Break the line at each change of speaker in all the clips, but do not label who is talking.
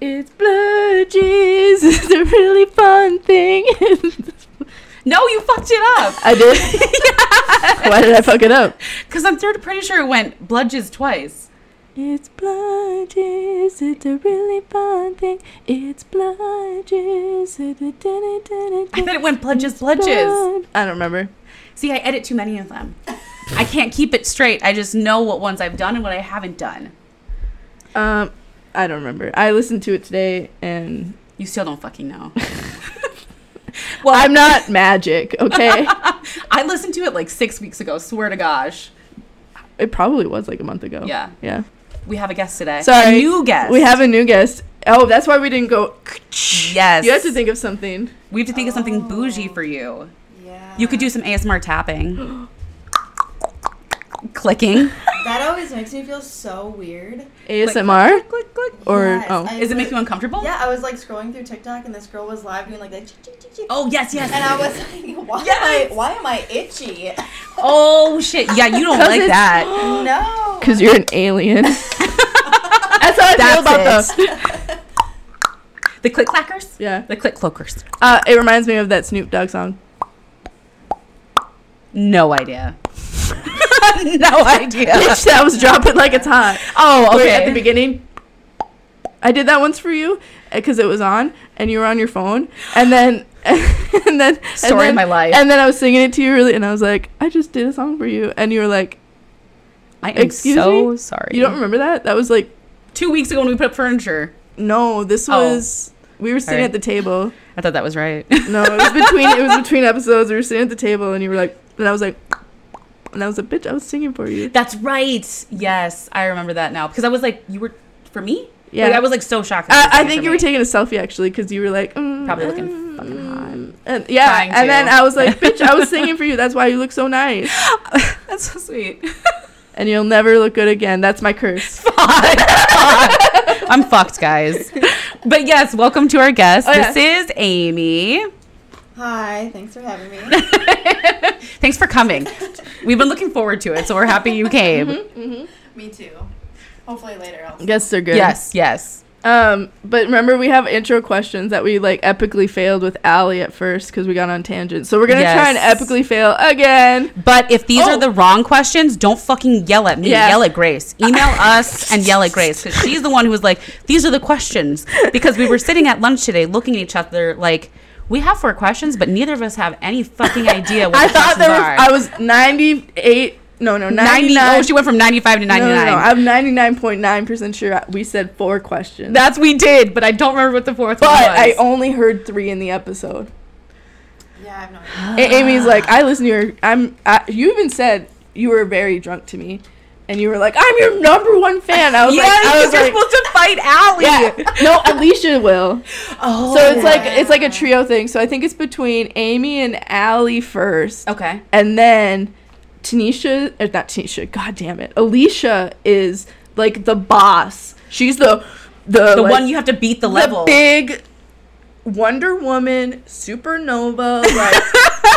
It's blood Jesus. It's a really fun thing.
No, you fucked it up.
I did. Why did I fuck it up?
Because I'm third- pretty sure it went bludges twice.
It's bludges, it's a really fun thing. It's bludges. It's a da- da- da- da-
I
da.
thought it went bludges, bludges.
Blood- I don't remember.
See, I edit too many of them. I can't keep it straight. I just know what ones I've done and what I haven't done.
Um, I don't remember. I listened to it today, and
You still don't fucking know.
well, I'm not magic. Okay,
I listened to it like six weeks ago. Swear to gosh.
it probably was like a month ago.
Yeah.
yeah.
We have a guest today.
Oh. Sorry,
A new guest.
We have a new guest. Oh, that's why we didn't go.
Yes.
You have to think of something.
We have to think of something bougie for you.
Yeah.
You could do some ASMR tapping. Clicking.
that always makes me feel so weird.
ASMR
Click, click.
or
Yes,
oh,
I
Does it
was-
make you uncomfortable?
Yeah, I was like scrolling through TikTok and this girl was live doing like that. chick, chick, chick, chick.
Oh, yes, yes.
And I was like, why
Yes.
am I why am I itchy?
Oh, shit. Yeah, you don't
'Cause
like
it's-
that.
no.
because you're an alien. that's how I feel about
That's
the.
The click clackers?
Yeah.
The click cloakers.
Uh, it reminds me of that Snoop Dogg song.
No idea. no idea.
Bitch, that was dropping like it's hot.
Oh,
Wait,
okay.
at the beginning. I did that once for you because it was on and you were on your phone and then and then
Story
and
of
then-
my life.
and then I was singing it to you really and I was like I just did a song for you and you were like
I am
Excuse
so
me?
sorry.
you don't remember that that was like
Two weeks ago when we put up furniture.
no this
Oh.
was we were sitting
Sorry.
at the table
I thought that was right.
no it was between it was between episodes we were sitting at the table and you were like and I was like and I was like bitch I was singing for you
That's right. Yes, I remember that now because I was like, you were for me.
Yeah.
Like, I was like so shocked. that
I, I
was
think
for
you
me.
were taking a selfie actually because you were like mm,
Probably looking
mm,
fucking hot.
And yeah,
Trying
and
to.
then I was like, "Bitch, I was singing for you. That's why you look so nice,
That's so sweet.
and you'll never look good again." That's my curse.
Fuck. I'm fucked, guys. But yes, welcome to our guest.
Oh, yeah.
This is Amy.
Hi, thanks for having me.
Thanks for coming. We've been looking forward to it, so we're happy you came.
me too. Hopefully later I'll
Guests are good.
Yes, yes.
Um, but remember, we have intro questions that we like epically failed with Allie at first because we got on tangents. So we're gonna try and
Yes.
epically fail again.
But if these
Oh.
are the wrong questions, don't fucking yell at me.
Yeah.
Yell at Grace. Email us and yell at Grace because she's the one who was like, "These are the questions." Because we were sitting at lunch today, looking at each other like, "We have four questions, but neither of us have any fucking idea what
I
the
thought
questions
there was.
are."
I was ninety-eight. No, no,
90,
ninety-nine.
oh, she went from 95 to 99.
No, no, no. I'm ninety-nine point nine percent sure we said four questions,
That's we did, but I don't remember what the fourth
but
one was.
I only heard three in the episode.
Yeah, I have no idea.
Ah.
A- Amy's like, I listen to your. I'm. I, you even said you were very drunk to me, and you were like, I'm your number one fan. I was
yeah,
like, I
because
was
you're
like,
supposed to fight Allie.
yeah. No, Alicia will.
Oh.
So it's like
yeah.
it's like a trio thing. So I think it's between Amy and Allie first,
okay.
and then Tanisha or not Tanisha. God damn it, Alicia is like the boss. She's the the
The
like,
one you have to beat the, level.
the big Wonder Woman supernova, like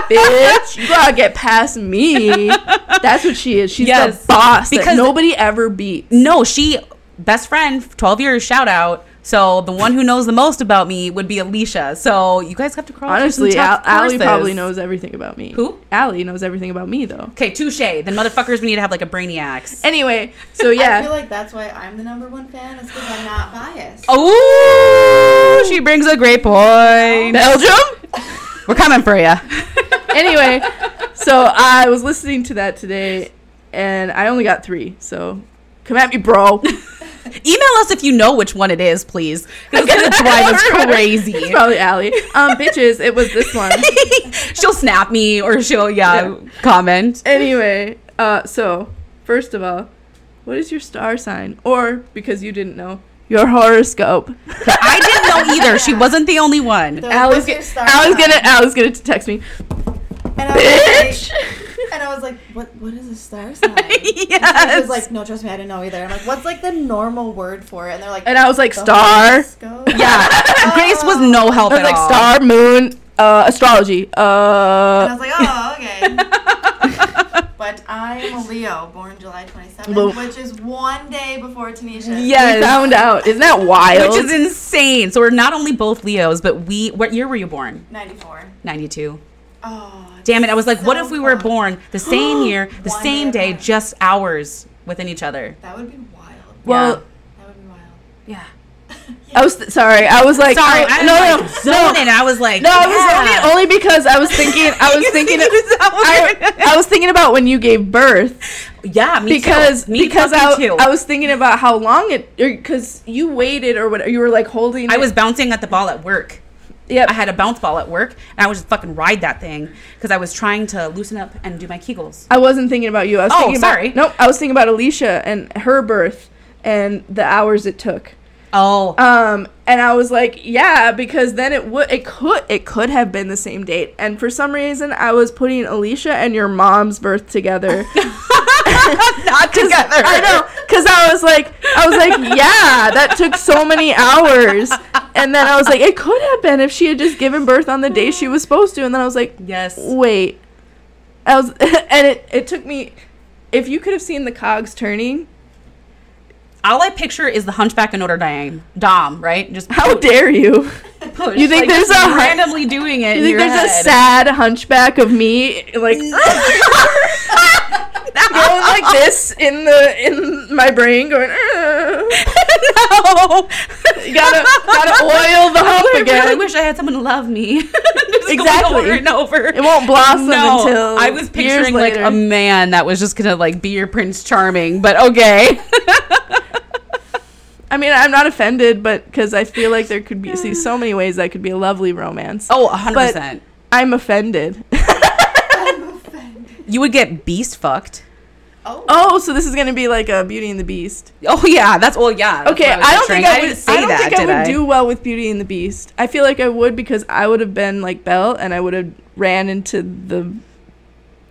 bitch, you gotta get past me. That's what she is. She's
Yes,
the boss that
because-
nobody ever beats.
No, she best friend, twelve years. Shout out. So the one who knows the most about me would be Alicia. So you guys have to cross.
Honestly, Al- Allie
Allie
probably knows everything about me.
Who?
Allie knows everything about me though.
Okay, touche. Then motherfuckers, we need to have like a brainiacs.
Anyway, so
I feel
yeah,
like that's why I'm the number one fan, is because I'm not biased.
Oh, she brings a great point.
Belgium.
We're coming for you.
anyway, so I was listening to that today, and I only got three. So come at me, bro.
Email us if you know which one it is, please. 'Cause It's gonna drive us
It's
crazy.
probably Allie. Um, bitches, it was this one.
she'll snap me or she'll yeah,
Yeah.
comment.
anyway, uh, so first of all, what is your star sign? Or because you didn't know, your horoscope.
I didn't know either. She wasn't the only one.
They're like,
Allie's
"What's your
gonna,
star
Allie's
sign?"
gonna, Allie's gonna text me,
and I was
bitch.
like, and I was like, what what is a star sign? And she
Yes.
was like, no, trust me, I didn't know either. I'm like, what's like the normal word for it? And they're like,
And I was like,
"The
star.
horoscope?"
Yeah, Grace was no help
I was
at
like,
all.
star, moon, uh, astrology.
And I
Uh,
was like, oh, okay. but But I'm a Leo, born July 27th,
Well-
which is one day before Tanisha.
We found out. Isn't that wild?
Which is insane. So we're not only both Leos, but we. What year were you born?
94.
92.
Oh.
Damn it. I was like, what
so
if we were
close.
born the same year, the
One
same
day
day,
apart.
just hours within each other?
That would be wild.
well,
That would be wild.
Yeah.
Yeah.
I was sorry. I was like,
Sorry.
oh,
I,
no,
no,
no, no,
no. I was like,
no. I was
yeah.
only, only because I was thinking. I was thinking. I, I was thinking about when you gave birth
yeah, me too.
because
Me
because I,
fucking too.
I was thinking about how long it because you waited or what you were like holding.
I
it.
was bouncing at the ball at work.
Yep.
I had a bounce ball at work, and I would just fucking ride that thing because I was trying to loosen up and do my Kegels.
I wasn't thinking about you. I was
Oh,
thinking
sorry.
About, nope. I was thinking about Alicia and her birth and the hours it took.
Oh,
Um, and I was like, yeah, because then it would, it could, it could have been the same date. And for some reason, I was putting Alicia and your mom's birth together.
not together.
I know, because I was like, I was like, yeah, that took so many hours. And then I was like, it could have been if she had just given birth on the day she was supposed to. And then I was like,
Yes.
wait, I was, and it it took me. If you could have seen the cogs turning,
All I picture is the Hunchback of Notre Dame, Dom, right? Just
how dare you?
push.
you think there's
just
a hun-
randomly doing it?
You
in
think
your
there's a
head.
sad hunchback of me like going like this in the in my brain going "Ugh."
no.
you gotta gotta oil the hump
I really
again
wish I had someone to love me. Just going
Exactly.
over and over.
it won't blossom
no,
until
I was
years
picturing like
later.
a man that was just gonna like be your Prince Charming, but okay.
I mean I'm not offended but because I feel like there could be see so many ways that could be a lovely romance
Oh, 100
But-
percent.
I'm offended
I'm offended.
You would get beast fucked.
Oh.
oh so this is gonna be like a Beauty and the Beast
Oh yeah, that's well yeah. that's
okay
what was
I don't
picturing.
think I would I,
didn't say
don't
that,
think I
did
would do well with Beauty and the Beast I feel like I would because I would have been like Belle and I would have ran into the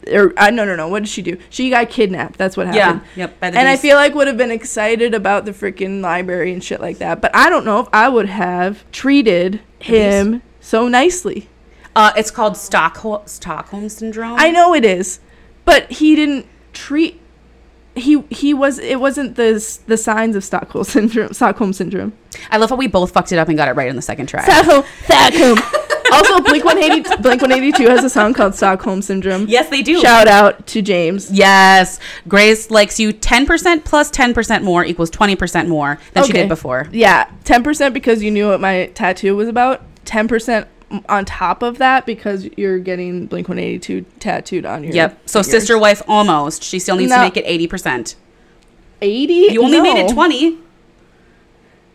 or I no no no what did she do she got kidnapped that's what happened
Yeah. Yep. By the
and I
beast.
feel like would have been excited about the freaking library and shit like that. But I don't know if I would have treated him so nicely.
uh, it's called Stockholm Stockholm syndrome.
I know it is, but he didn't treat. He he was it wasn't the s- the signs of Stockholm syndrome. Stockholm syndrome.
I love how we both fucked it up and got it right on the second try.
Stockholm. Stockholm. also, Blink one eighty Blink one eighty two has a song called Stockholm Syndrome.
yes, they do.
Shout out to James.
Yes. Grace likes you 10% plus 10% more equals 20% more than she
Okay.
did before.
Yeah, ten percent because you knew what my tattoo was about. Ten percent on top of that because you're getting Blink One Eighty Two tattooed on your.
Yep. So sister wife almost. She still needs
No.
to make it 80%.
eighty.
You only made it 20.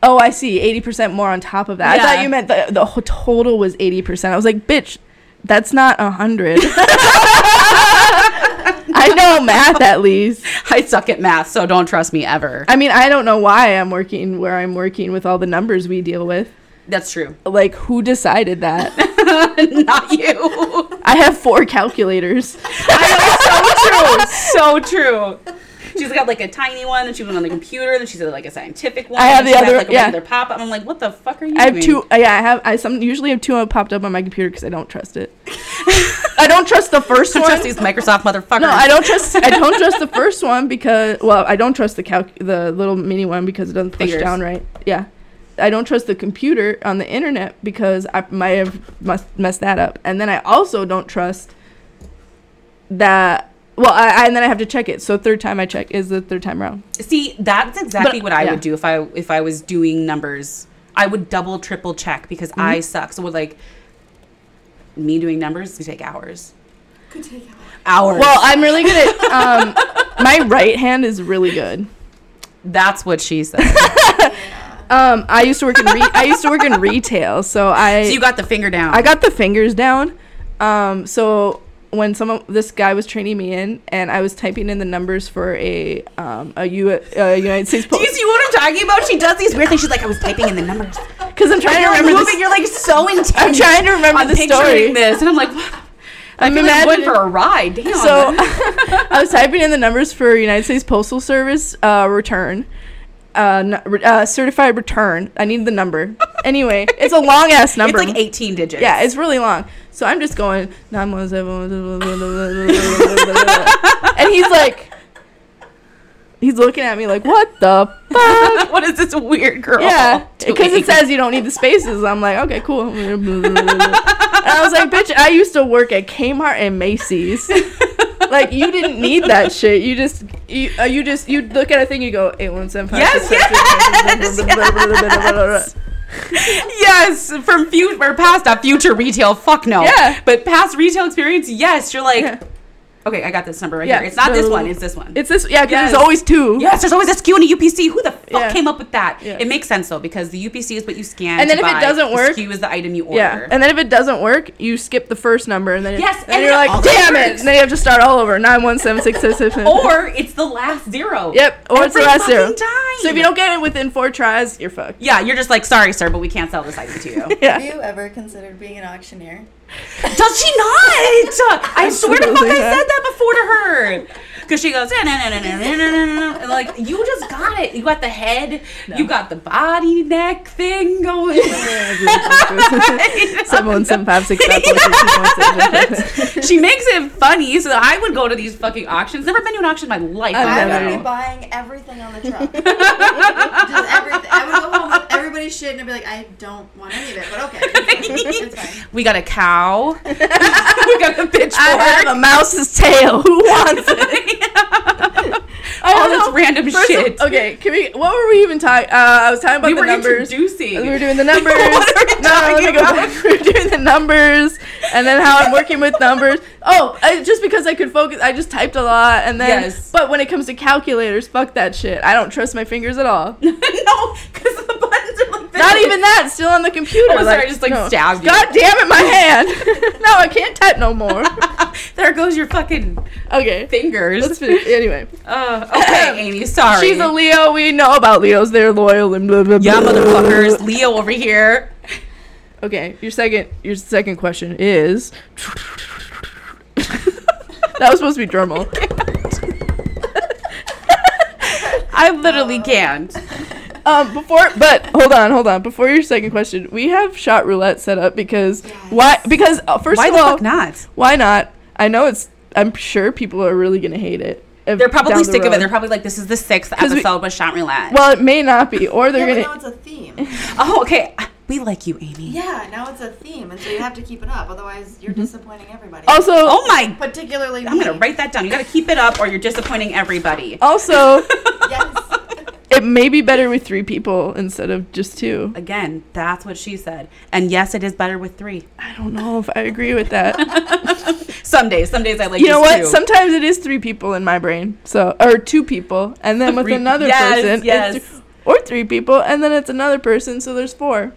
Oh, I see. Eighty percent more on top of that. I
Yeah.
thought you meant the the whole total was eighty percent. I was like, bitch, that's not a hundred. I know math at least.
I suck at math, so don't trust me ever.
I mean, I don't know why I'm working where I'm working with all the numbers we deal with.
That's true.
Like, who decided that?
Not you.
I have four calculators.
so true. She's got like a tiny one, and she was on the computer, then she's got, like a scientific one.
I have
and
the
she
other-
like a
yeah.
regular pop up. I'm like, what the fuck are you
I have
doing?
two. uh, Yeah, I have. I some usually have two popped up on my computer because I don't trust it. I don't trust the first
Don't
one.
trust these Microsoft motherfuckers.
no, I don't trust. I don't trust the first one because well, I don't trust the calc- the little mini one because it doesn't push
Fingers.
down right. Yeah, I don't trust the computer on the internet because I might have must messed that up. And then I also don't trust that. Well, I, I, and then I have to check it. So third time I check is the third time round.
See, that's exactly
But-
what I
yeah.
would do if I if I was doing numbers. I would double triple check because
Mm-hmm.
I suck. So would like me doing numbers would take hours.
Could take out.
Hours.
Well, I'm really good at. Um, my right hand is really good.
that's what she said.
Um, I used to work in re- I used to work in retail, so I
so you got the finger down.
I got the fingers down. Um, so when someone this guy was training me in, and I was typing in the numbers for a um a, U- a United States
do you
post
see what I'm talking about? She does these weird things. She's like, I was typing in the numbers.
because I'm trying to
You're
remember
moving.
this.
You're like so intense.
I'm trying to remember
I'm
the story.
picturing this, and I'm like, what?
I'm
I'm like going
imagining.
for a ride. Damn.
So I was typing in the numbers for United States Postal Service uh, return, uh, n- re- uh, certified return. I need the number. Anyway, it's a long ass number.
it's like 18 digits.
Yeah, it's really long. So I'm just going. "Nine one seven one blah, blah, blah, blah, blah, blah, blah, blah, blah, blah." and he's like, he's looking at me like, what the fuck?
what is this weird girl?
Yeah, because
doing?
it says you don't need the spaces. I'm like, okay, cool. and I was like, bitch, I used to work at Kmart and Macy's. like you didn't need that shit. You just you, uh, you just you look at a thing, you go eight one seven five.
Yes, yes, from future or past a future retail. Fuck no.
Yeah.
but past retail experience, yes. You're like,
Yeah.
okay, I got this number right
Yeah.
here. It's not this
No.
one. It's this one.
It's this, yeah, because
Yes.
there's always two.
Yes, there's always a SKU and a UPC. Who the fuck
Yeah.
came up with that?
Yeah.
It makes sense though because the UPC is what you scan.
And then
to
if it
buy.
doesn't
The
work-
SKU is the item you order.
Yeah, and then if it doesn't work, you skip the first number, and then
Yes,
it, and,
and
you're
it
like,
always
damn it,
works.
and then you have to start all over nine one seven six six six.
or it's the last zero.
Yep, or it's the
Every
last zero.
fucking Time.
So if you don't get it within four tries, you're fucked.
yeah, you're just like, sorry, sir, but we can't sell this item to you.
Yeah.
Have you ever considered being an auctioneer?
Does she not? I swear to fuck, I
Absolutely not.
said that before to her. Because she goes, "Eh, nah, nah, nah, nah, nah, nah, nah, nah," and like, you just got it. You got the head, you got the body neck thing going.
Seven one seven five six five four six two one seven.
she makes it funny, so I would go to these fucking auctions. Never been to an auction in my life.
I've
I
I
never.
would
don't
be
know.
buying everything on the truck. Just everything. I would go home with everybody's shit and I'd be like, I don't want any of it, but okay. It's fine. It's fine.
We got a cow. we got a bitch.
I have a mouse's tail. Who wants it? I
All
don't
this
know.
random
First of-
shit.
okay, can we? What were we even talking? Uh, I was talking about
we
the
were
numbers.
introducing.
We were doing the numbers.
What are we
no, let
talking
me go
about?
back. We were doing the numbers, and then how I'm working with numbers. Oh, I, just because I could focus, I just typed a lot, and then.
Yes.
But when it comes to calculators, fuck that shit. I don't trust my fingers at all.
no, because the buttons are like this.
Not even that. Still on the computer.
Oh, sorry, I just, like, stabbed you.
God damn it, my hand. no, I can't type no more.
there goes your fucking
Okay.
fingers.
Let's finish. Anyway,
Uh, okay, Amy. Sorry.
she's a Leo. We know about Leos. They're loyal and blah blah blah.
yeah, motherfuckers. Leo over here.
Okay, your second your second question is That was supposed to be drum roll.
I literally can't.
Um before but hold on, hold on. Before your second question, we have shot roulette set up because why because uh, first
Why
of
the
all,
fuck not?
why not? I know it's I'm sure people are really going to hate it. if-
They're
down
probably
the
sick of it.
road.
They're probably like, this is the sixth
'Cause we-
episode with Shot Roulette.
well, it may not be or they're
Yeah, but now
going
it's
to
a theme.
oh, okay. We like you, Amy.
Yeah, now it's a theme, and so you have to keep it up. Otherwise, you're disappointing everybody.
Also
Oh my.
particularly me.
Mm-hmm. I'm going to write that down. You got to keep it up or you're disappointing everybody.
also
Yes.
it may be better with 3 people instead of just 2.
Again, that's what she said. And yes, it is better with three.
I don't know if I agree with that.
Some days. Some days I like
you know
just
what?
two.
Sometimes it is three people in my brain, so or two people, and then with
Three-
another
Yes,
person, it's
yes.
th- or three people, and then it's another person, so there's four.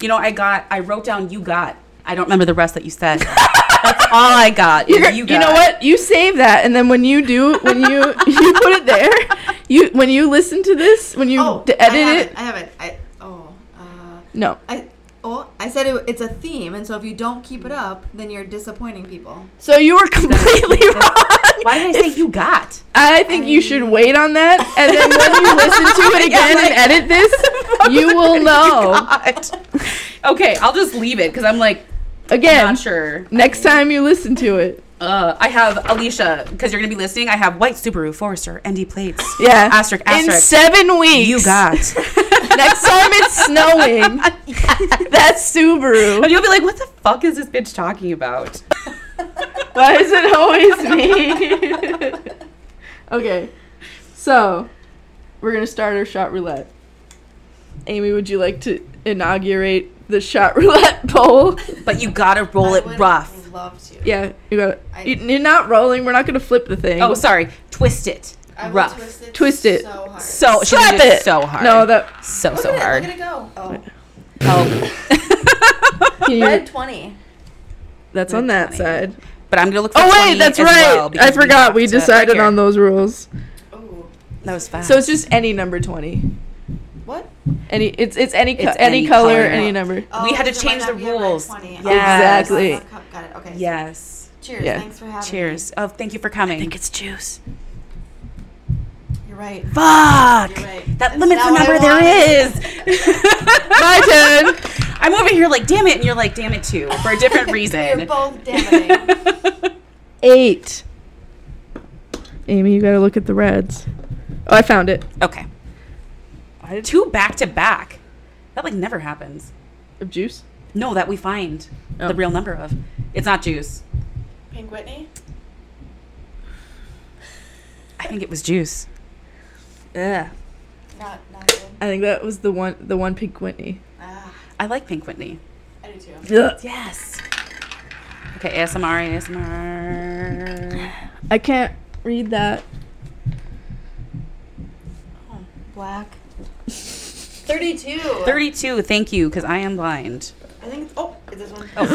You know, I got, I wrote down you got. I don't remember the rest that you said. That's all I got. is
You're-
you
you
got.
know what? You save that, and then when you do, when you you put it there, you when you listen to this, when you
oh,
d-
I have
edit it,
I have it. I oh. Uh,
no.
I oh I said it, it's a theme, and so if you don't keep it up, then you're disappointing people.
So you were completely wrong.
Why did I say you got?
I think you should wait on that, and then when you listen to it
Yeah,
again
like- Oh
and edit this, you will know.
okay, I'll just leave it because I'm like
Again,
not sure.
next time you listen to it,
Uh, I have Alicia because you're gonna be listening. I have white Subaru Forester ND plates.
yeah,
Asterisk,
in
asterisk.
seven weeks,
You got.
Next time it's snowing, that's
and
Subaru.
you'll be like, what the fuck is this bitch talking about?
Why is it always me? okay, so we're gonna start our shot roulette. Amy, would you like to inaugurate the shot roulette poll?
But you gotta roll
I
it
would
rough.
Love to.
Yeah, you got it.
I-
You, you're not rolling. We're not gonna flip the thing.
Oh, sorry, twist it
I would
rough.
Twist it.
Twist it.
So hard.
So she
Slap
did it
it.
so hard.
No, that.
so
Look
so
at
hard.
It, look at it go. Oh,
Oh,
can you-
red twenty.
that's on that
Funny.
side.
but I'm gonna look. For
Oh
20
wait, that's
as
right.
well,
I
because we
forgot.
have
We
to- right
decided
here. Ah.
on those rules.
Oh,
That was fast.
So it's just any number twenty.
what?
Any it's it's any co-
It's
any,
any
color,
color.
any number.
Oh,
We had to
because it might
change
not
the
be a red
rules.
20.
Yes.
Oh,
Exactly.
Got it, got it. Okay.
yes.
Cheers.
Yeah.
Thanks for having
Cheers. Oh, thank you for coming.
it's juice.
me. You're right.
Fuck!
You're right.
That
That's
limits the
not what I
number there
wanted.
is.
My turn.
I'm over here like, damn it, and you're like, damn it too, for a different
You're
reason.
both damning.
Eight. Amy, you gotta look at the reds. Oh, I found it.
Okay. Two back to back. That like never happens.
Of juice.
No, that we find
Oh.
the real number of. It's not juice.
Pink Whitney?
I think it was juice.
Yeah.
Not, not good.
I think that was the one, the one pink Whitney.
Ah,
I like Pink Whitney.
I do too.
Ugh.
Yes. Okay, ASMR, ASMR.
I can't read that.
Black. 32.
32, thank you, because I am blind.
I think it's, oh, it's this one.
Oh,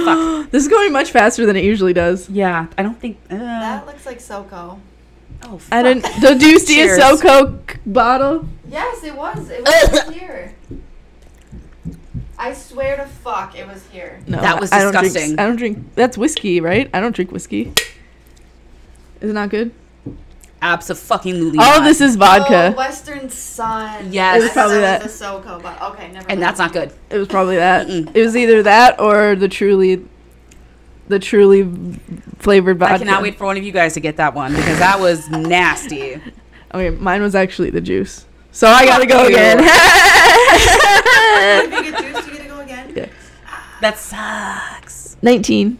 fuck.
This is going much faster than it usually does.
yeah, I don't think. Uh,
That looks like SoCo.
oh, fuck.
I didn't. Do, do you see
Cheers.
a SoCo c- bottle?
Yes, it was. It was right here. I swear to fuck, it was here.
No,
That was
I don't drink-
disgusting.
I don't drink. That's whiskey, right? I don't drink whiskey. Is it not good?
Absolutely.
All
not.
of this is
Oh,
vodka.
Western Sun.
Yes. It was
I
probably
thought
that.
it was a SoCo, but okay, never.
And
mind.
that's not good.
it was probably that.
Mm-mm.
It was either that or the truly, the truly flavored vodka.
I cannot wait for one of you guys to get that one because that was nasty.
Okay, mine was actually the juice. So I gotta go
Fuck
again.
you.
If
If you get juice, you get to go again.
That sucks.
19.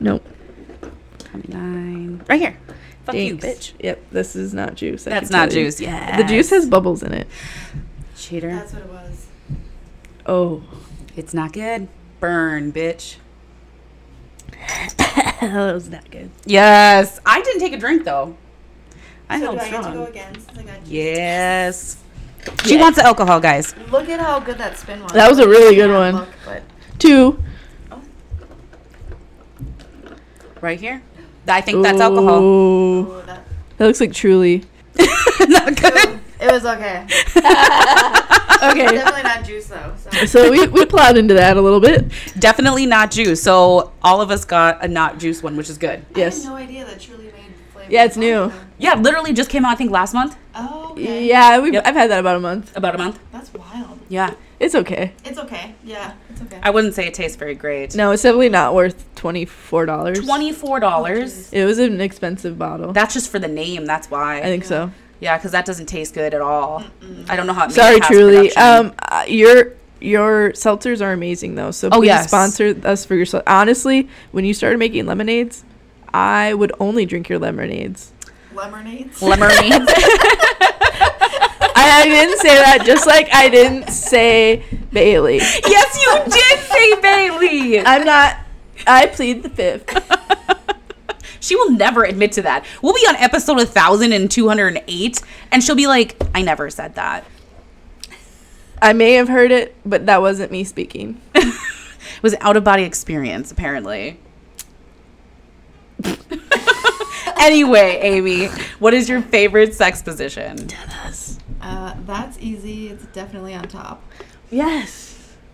Nope.
29. Right here. Fuck
Jinx.
you, bitch.
Yep, this is not juice. I
That's
can tell
not
you.
juice. Yeah.
The juice has bubbles in it.
Cheater.
That's what it was.
Oh.
It's not good. Burn, bitch.
that was not good.
Yes. I didn't take a drink though. I
so
held
do I get to go
strong.
again since I got juice?
Yes. She wants the alcohol, guys.
Look at how good that spin was.
That was a really good one.
Look, but
Two.
Right here. I think that's alcohol.
Ooh.
ooh, that,
That looks like truly.
not good.
ooh, it was okay.
Okay.
Definitely not juice though. So
so we, we plowed into that a little bit.
Definitely not juice. So all of us got a not juice one, which is good.
Yes.
I had no idea that truly made flavor.
Yeah, it's new.
Yeah, literally just came out I think last month.
Oh, okay.
Yeah, we
Yep.
I've had that about a month.
About a month.
That's wild.
Yeah.
It's okay.
It's okay. Yeah, it's okay.
I wouldn't say it tastes very great.
No, it's definitely not worth $24.
Twenty-four dollars.
It was an expensive bottle.
That's just for the name. That's why.
I think so.
yeah, because that doesn't taste good at all. I don't know how. It made
Sorry,
it past
truly.
production.
Um, uh, your your seltzers are amazing though. So
Oh,
please
yes.
sponsor us for your. Sel- Honestly, when you started making lemonades, I would only drink your lemonades.
Lemonades.
lemonade.
I, I didn't say that. Just like I didn't say Bailey.
yes, you did say Bailey.
I'm not. I plead the fifth.
She will never admit to that. We'll be on episode 1,208, and she'll be like, I never said that.
I may have heard it, but that wasn't me speaking.
It was an out of body experience, apparently. anyway, Amy, what is your favorite sex position?
Uh, that's easy. It's definitely on top. Mm,
Yes.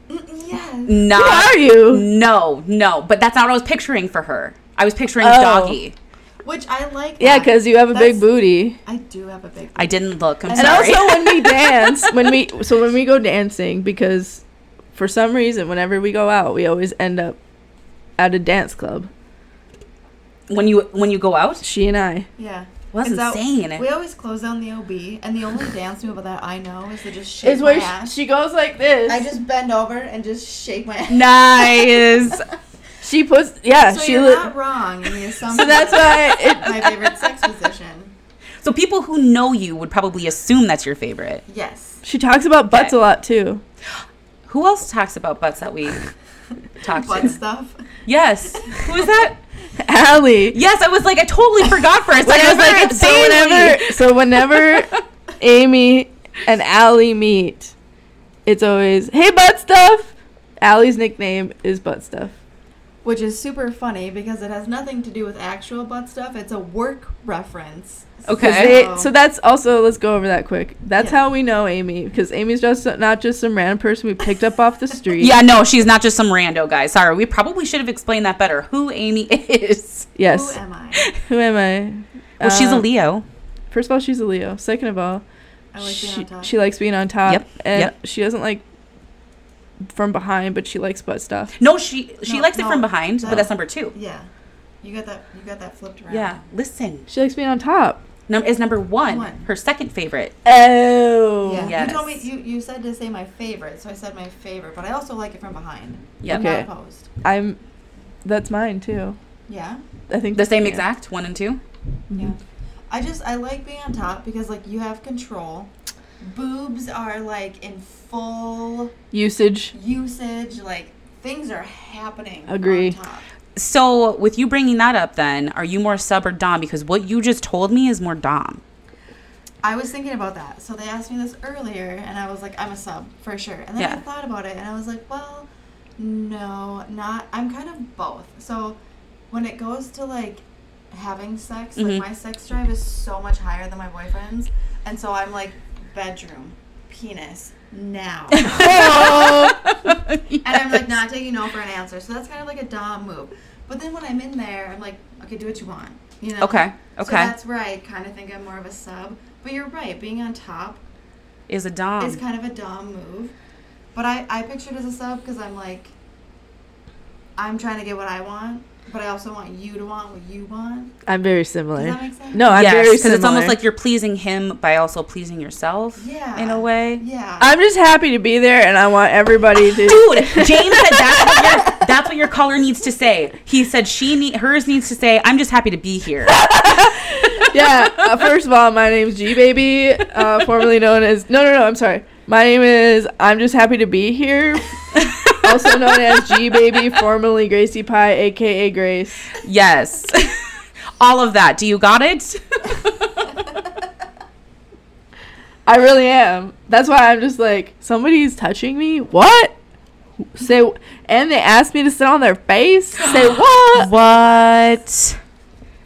Yes.
Who
Not.
are you?
No, no, but that's not what I was picturing for her. I was picturing
Oh.
doggy.
Which I like.
Yeah,
that.
because you have a big
That's-
booty.
I do have a big.
I didn't look. I'm
And
And
sorry.
also when we dance, when we so when we go dancing, because for some reason, whenever we go out, we always end up at a dance club.
when you when you go out,
She and I.
Yeah.
wasn't
Is that-
saying
We
it.
always close down the OB, and the only dance move that I know is to just shake
Is
my
where she,
ass.
she goes like this.
I just bend over and just shake my ass.
Nice.
she puts yeah.
so
she
you're
li-
not wrong in the assumption.
so that's
that
why it,
it's my favorite sex position.
so people who know you would probably assume that's your favorite.
Yes.
she talks about butts a lot too.
Who else talks about butts that we talk
Butt
to?
stuff.
Yes. Who is that?
Allie.
Yes, I was like, I totally forgot for a second. I was like, it's
so
Bailey.
whenever so whenever Amy and Allie meet, it's always hey butt stuff. Allie's nickname is butt stuff.
Which is super funny because it has nothing to do with actual butt stuff. It's a work reference.
'Cause
Okay. Oh.
they- so that's also let's go over that quick. That's
Yeah.
how we know Amy because Amy's just not just some random person we picked up off the street.
Yeah, no, she's not just some rando guy. Sorry, we probably should have explained that better. Who Amy is?
Yes.
Who am I?
Who am I?
Well, she's a
Uh,
Leo. Oh,
First of all, she's a Leo. Second of all,
I like being
she,
on top.
she likes being on top,
Yep,
and
yep.
she doesn't like from behind, but she likes butt stuff.
No, she she
No,
likes it
no,
from behind,
no.
but that's number two.
yeah. You got that. You got that flipped around.
Yeah, listen.
She likes being on top.
Num- is number one,
One.
her second favorite.
Oh.
Yeah. You told me
Yes.
you, you said to say my favorite, so I said my favorite, but I also like it from behind.
Yep.
I'm not
Okay.
opposed.
I'm. That's mine too.
Yeah.
I think
The same
yeah.
exact one and two.
Mm-hmm.
Yeah. I just I like being on top because like you have control. Boobs are like in full
usage.
usage. Like things are happening. on
Agree.
top.
So with you bringing that up, then are you more sub or dom? Because what you just told me is more dom.
I was thinking about that. So they asked me this earlier, and I was like, I'm a sub for sure. And then
Yeah.
I thought about it, and I was like, well, no, not. I'm kind of both. So when it goes to like having sex,
Mhm.
like my sex drive is so much higher than my boyfriend's, and so I'm like bedroom, penis now, and I'm like not taking no for an answer. So that's kind of like a dom move. But then when I'm in there, I'm like, okay, do what you want, you know?
Okay.
So
Okay.
that's where I kind of think I'm more of a sub. But you're right, being on top
is a
Um,
dom.
is kind of a dumb move. But I, I pictured as a sub because I'm like, I'm trying to get what I want, but I also want you to want what you want.
I'm very similar.
Does that make sense?
No, I'm very
yes, because
similar.
it's almost like you're pleasing him by also pleasing yourself.
Yeah.
In a way.
Yeah.
I'm just happy to be there, and I want everybody to.
Dude, James said that's what, your, that's what your caller needs to say. He said she need hers needs to say, "I'm just happy to be here."
yeah. Uh, first of all, my name's G Baby, uh, formerly known as. No, no, no. I'm sorry. My name is. I'm just happy to be here. also known as G Baby, formerly Gracie Pie, aka Grace.
Yes. All of that. Do you got it?
I really am. That's why I'm just like somebody's touching me. What? Say wh- and they asked me to sit on their face. Say what?
what?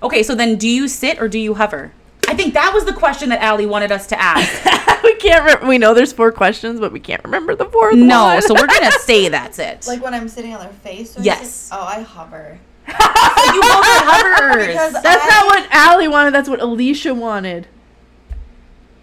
Okay, so then do you sit or do you hover? I think that was the question that Allie wanted us to ask.
we can't. Re- we know there's four questions, but we can't remember the fourth
no,
one.
so we're gonna say that's it.
like when I'm sitting on their face. Or
Yes.
something? oh, I hover.
you both are hovers.
Because
That's
I,
not what Allie wanted. That's what Alicia wanted.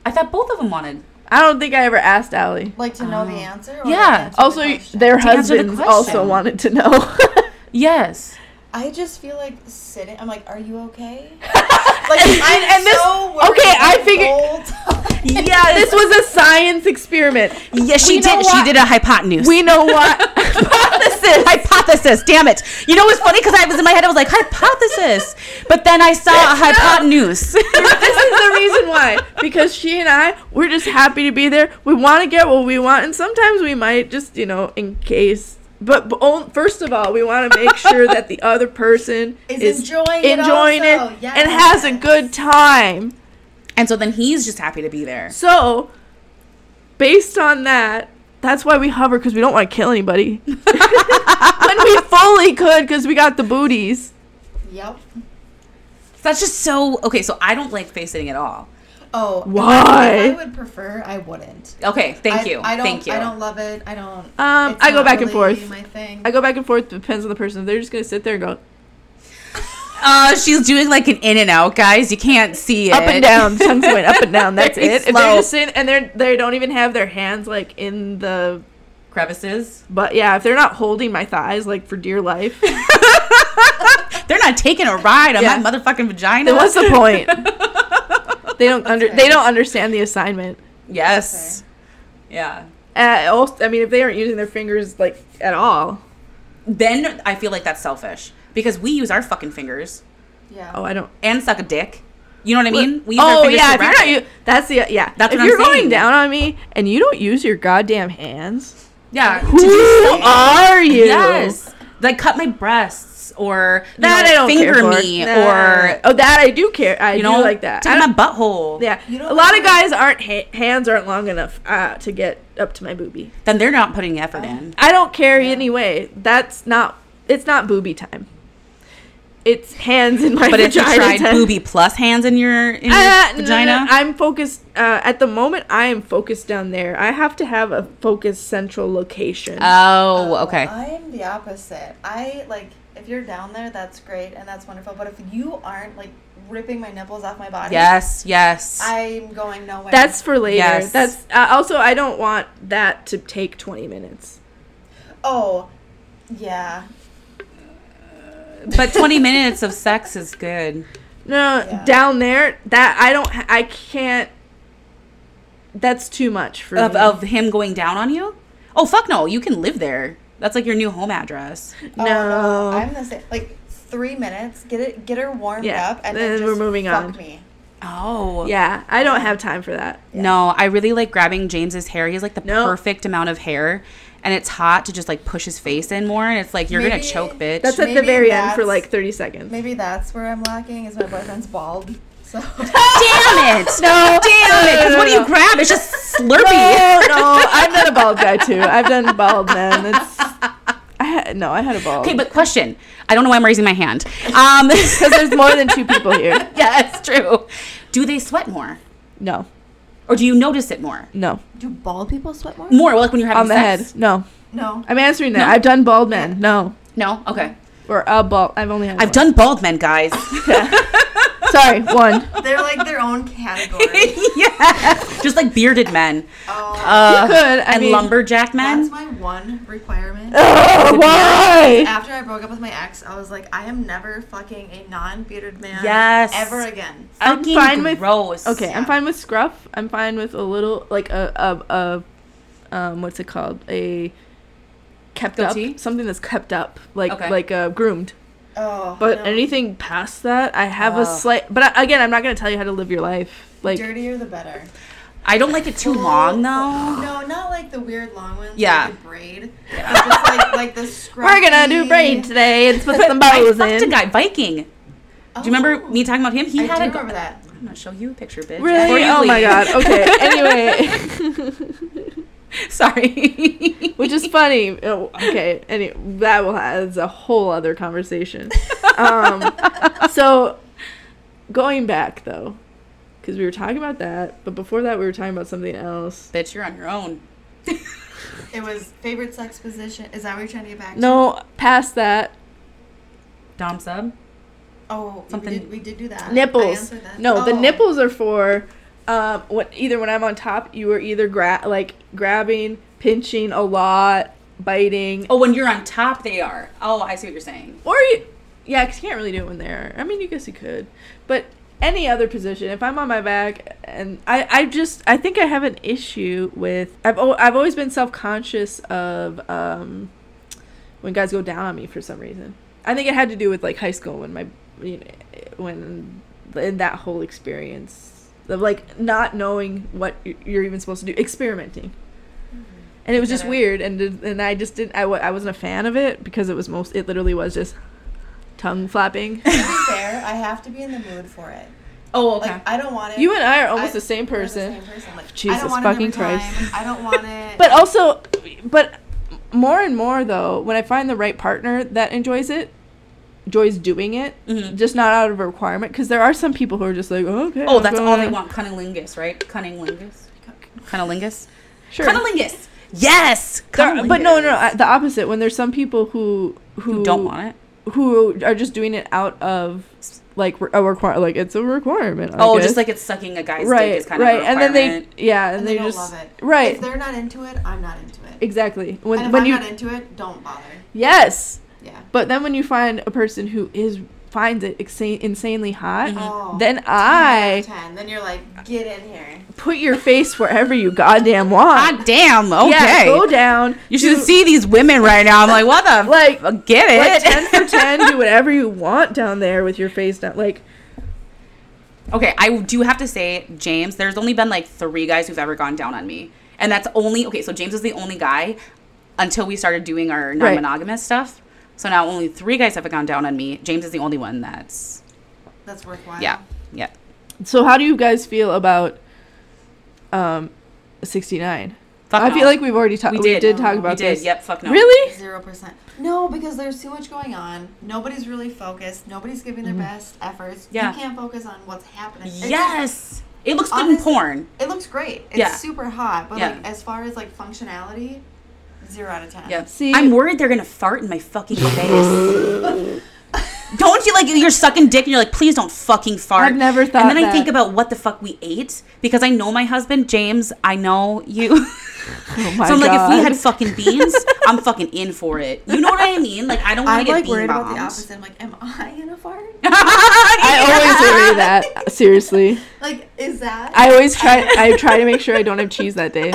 I thought both of them wanted.
I don't think I ever asked Allie.
Like to know the answer. or, like,
Yeah.
answer the
Oh. Also,
question?
their
To answer the
husbands
question.
also wanted to know.
Yes.
I just feel like sitting. I'm like, are you okay? like I'm
and this-
so worried
okay, I
the
figured-
whole time.
yeah, this was a science experiment.
Yes, she
We know
did. She
what-
did a hypotenuse.
We know what.
hypothesis. hypothesis. Damn it. You know what's funny? Because I was in my head, I was like, hypothesis. But then I saw a hypotenuse.
this is the reason why because she and I we're just happy to be there. We want to get what we want, and sometimes we might just you know in case. But, but on- first of all, we want to make sure that the other person
Is
is,
enjoying it
enjoying it,
also. Yes.
and has a good time.
and so then he's just happy to be there.
So, based on that, that's why we hover because we don't want to kill anybody. when we fully could because we got the booties.
Yep.
That's just so. Okay, so I don't like face sitting at all.
Oh. if I-
Why?
If I would prefer. I wouldn't.
Okay, thank
I-
you.
I don't,
thank you.
I don't love it. I don't.
Um,
it's
I go
not
back and
really
forth.
My thing.
I go back and forth. Depends on the person. If they're just gonna sit there and go
Uh, she's doing like an in and out, guys. You can't see it.
up and down, tongues going up and down. That's
Very
it. If
slow.
they're just sitting and they're they don't even have their hands like in the
Crevices.
but yeah, if they're not holding my thighs like for dear life, then
They're not taking a ride on
Yeah.
my motherfucking vagina.
what's the point? they don't under
fair.
they don't understand the assignment.
yes. Yeah.
Uh, also, I mean, if they aren't using their fingers like at all,
Then I feel like that's selfish because we use our fucking fingers
yeah.
oh, I don't.
and suck a dick. You know what I mean? We use our
oh
fingers
yeah,
to
if you're
wrap
not
it.
you, that's the yeah.
That's
if
what I'm
you're
saying.
going down on me and you don't use your goddamn hands,
Yeah.
who are you?
Yes. Like cut my breasts or you
that
know,
I don't
finger
care for.
me
Nah.
or
oh, that I do care. I
you
do
know
like that. I
Take my
don't,
butthole.
yeah,
You don't
a lot
like-
of guys aren't ha- hands aren't long enough uh, to get up to my boobie.
Then they're not putting the effort in.
I don't care anyway. That's not. It's not boobie time. It's hands in my
But if you
Oh. vagina
tried
time.
booby plus hands in your, in your
Uh, no, no,
vagina,
no, I'm focused. Uh, at the moment, I am focused down there. I have to have a focused central location.
oh, okay.
I'm the opposite. I like if you're down there, that's great and that's wonderful. But if you aren't like ripping my nipples off my body,
yes, yes.
I'm going nowhere.
That's for later.
Yes.
That's uh, also I don't want that to take 20 minutes.
oh, yeah.
But 20 minutes of sex is good.
No,
Yeah.
down there, that I don't, ha- I can't. That's too much for
Of,
me.
of him going down on you? Oh, fuck no. You can live there. That's like your new home address.
Oh,
No.
I'm the same. Like three minutes. Get it. Get her warmed
Yeah,
up, and
then
then,
we're
just
moving
fuck
on.
Me.
Oh.
yeah, I don't have time for that.
No, I really like grabbing James's hair. He has like the
No.
perfect amount of hair, and it's hot to just like push his face in more. And it's like you're gonna
Maybe
choke, bitch.
That's at the
Maybe
very end for
that's-
like 30 seconds.
Maybe that's where I'm lacking. Is my boyfriend's bald. So
Damn it!
No,
Damn it! Because what do you grab? It's just
No,
slurpy.
no, I've done a bald guy too. I've done bald men. It's, I had, no, I had a bald.
Okay, but question. I don't know why I'm raising my hand. Um,
because there's more than two people here.
yeah, it's true. Do they sweat more,
No,
or do you notice it more?
no,
do bald people sweat more?
More like when you're having
on the
sex.
head. No,
No.
I'm answering that.
No.
I've done bald men. No,
No. Okay.
or a bald. I've only had.
I've
one.
done bald men, guys.
Sorry, one.
They're like their own category.
yeah. Just like bearded men.
Oh,
Uh,
Good. I
and
mean,
lumberjack
that's
men.
my one requirement.
Ugh, Oh, why?
After I broke up with my ex, I was like, I am never fucking a non-bearded man.
Yes.
Ever again.
I'm
Fucking
fine with-
gross.
Okay, I'm
Yeah.
fine with scruff. I'm fine with a little like a a, a um what's it called a kept
Goatee?
up something that's kept up like
Okay.
like uh, groomed.
Oh.
But
no.
anything past that, I have
Ugh.
a slight. But I, again, I'm not gonna tell you how to live your life. Like
dirtier the better.
I don't like it too long though.
No, not like the weird long ones.
Yeah.
Like the braid. But just like, like the
we're gonna do
scruffy-
braid today and put some
I
bows
fucked a
in.
guy Viking.
Oh,
Do you remember me talking about him? He
I
had
do
a.
remember that.
am gonna show you a picture, bitch. before
Really?
you
Oh my
leave.
god. Okay. Anyway,
Sorry.
which is funny. Oh, okay. Any that will has a whole other conversation. Um, so going back though, because we were talking about that, but before that we were talking about something else.
bitch, you're on your own.
It was favorite sex position. Is that what you're trying to get back to?
No, past that.
Dom sub.
Oh,
Something-
We did, we did do that. I
nipples.
answered that.
No, the
Oh.
nipples are for um, what either when I'm on top, you are either gra- like grabbing, pinching a lot, biting,
Oh, when you're on top, they are. Oh, I see what you're saying.
or you, yeah, 'cause you can't really do it when they're. I mean, you guess you could, but any other position. If I'm on my back, and I, I just, I think I have an issue with. I've, al- I've always been self conscious of um, when guys go down on me for some reason. I think it had to do with like high school when my, you know, when in that whole experience of like not knowing what y- you're even supposed to do, experimenting. And it was just
Get it.
weird, and and I just didn't. I, wa- I wasn't a fan of it because it was most. It literally was just tongue flapping.
To be fair, I have to be in the mood for it.
Oh, okay.
Like I don't want it.
You and I are almost
I-
the same
we're the
person.
same person. Like, I
Jesus
don't want
fucking
it every
Christ.
Time. I don't want it.
But also, but more and more though, when I find the right partner that enjoys it, enjoys doing it,
Mhm.
just not out of a requirement. Because there are some people who are just like, oh, okay.
oh,
I'm
that's
going
all they
on."
want. Cunnilingus, right? Cunnilingus. Cunnilingus.
Sure.
Cunnilingus. Yes.
There- but no, no,
Cunnilingus.
I, the opposite. When there's some people who who
Who don't want it?
who are just doing it out of like re- a require like it's a requirement. I
Oh, just
guess.
like it's sucking a guy's
right,
dick is kind
right,
of a
and then they
requirement.
yeah, and,
and
they,
they, don't
just
love it.
right,
If they're not into it, I'm not into it.
exactly. When
and if
when
I'm
you
not into it, don't bother.
yes,
Yeah.
But then when you find a person who is finds it exa- insanely hot,
Oh,
Mm-hmm.
Mm-hmm.
then
10 out of
I
10. Then you're like, get in here.
put your face wherever you goddamn want.
God damn. Okay.
Oh. Yeah, go down.
You
do-
should see these women right now. I'm like, what the
like
f- get
like
it?
ten for ten. Do whatever you want down there with your face down. Like
okay, I do have to say, James, there's only been like three guys who've ever gone down on me, and that's only okay. So James is the only guy until we started doing our non-monogamous stuff. So now only three guys have gone down on me. James is the only one that's
That's worthwhile.
yeah, yeah.
so, how do you guys feel about um sixty nine?
Fuck
I
no.
feel like we've already talked.
we
We,
did.
did talk
We
about
we did.
this.
Yep. Fuck no.
Really?
Zero percent. No, because there's too much going on. Nobody's really focused. Nobody's giving
Mm-hmm.
their best efforts.
Yeah.
You can't focus on what's happening. It's just-
Yes. It looks good in
Honestly-
porn.
it looks great. It's
Yeah.
super hot. But
Yeah.
like as far as like functionality, zero out of ten.
Yeah.
See-
I'm worried they're gonna fart in my fucking face. don't you like you're sucking dick and you're like, please don't fucking fart.
I've never thought
And then I
that.
think about what the fuck we ate because I know my husband James. I know you.
Oh my
so I'm like, if we
God.
had fucking beans, I'm fucking in for it. You know what I mean? Like I don't want to
I'm
get
like
bean
worried
bombed.
about the opposite. I'm like, am I in a fart?
I always worry that. Seriously,
Like, is that?
I always try. I try to make sure I don't have cheese that day.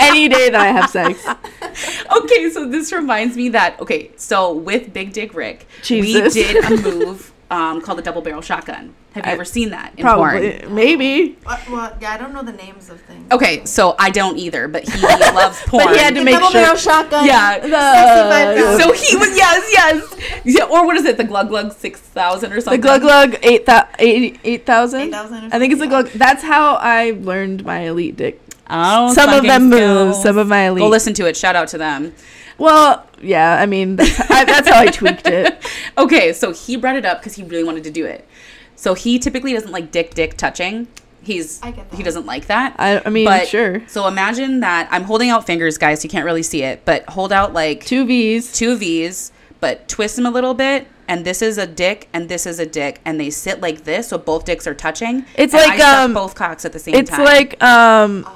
Any day that I have sex,
okay, so this reminds me that okay, so with Big Dick Rick,
Jesus.
we did a move um, called the double barrel shotgun. Have you
I-
ever seen that in porn?
probably, maybe.
What, well, yeah, I don't know the names of things.
Okay, so I don't either, but he loves porn.
But he had to
The
make
double
sure.
barrel shotgun.
Yeah.
The,
65,000.
so he was yes, yes, yeah. Or what is it? The glug glug six thousand or
the
something.
glug glug eight thou- eight- 8,000.
8,000 or
I think it's a
something,
glug. That's how I learned my elite dick.
Oh,
some of
fucking
them move.
skills.
Some of my elite.
Go listen to it. Shout out to them.
Well, yeah. I mean, that's, I, that's how I tweaked it.
Okay, so he brought it up because he really wanted to do it. So he typically doesn't like dick dick touching. He's
I get that.
he doesn't like that.
I, I mean, sure.
So imagine that I'm holding out fingers, guys. You can't really see it, but hold out like two,
Two V's.
two of these, but twist them a little bit. And this is a dick, and this is a dick, and they sit like this, so both dicks are touching.
It's
and I
like,
suck
um,
both cocks at the same
It's
time.
like um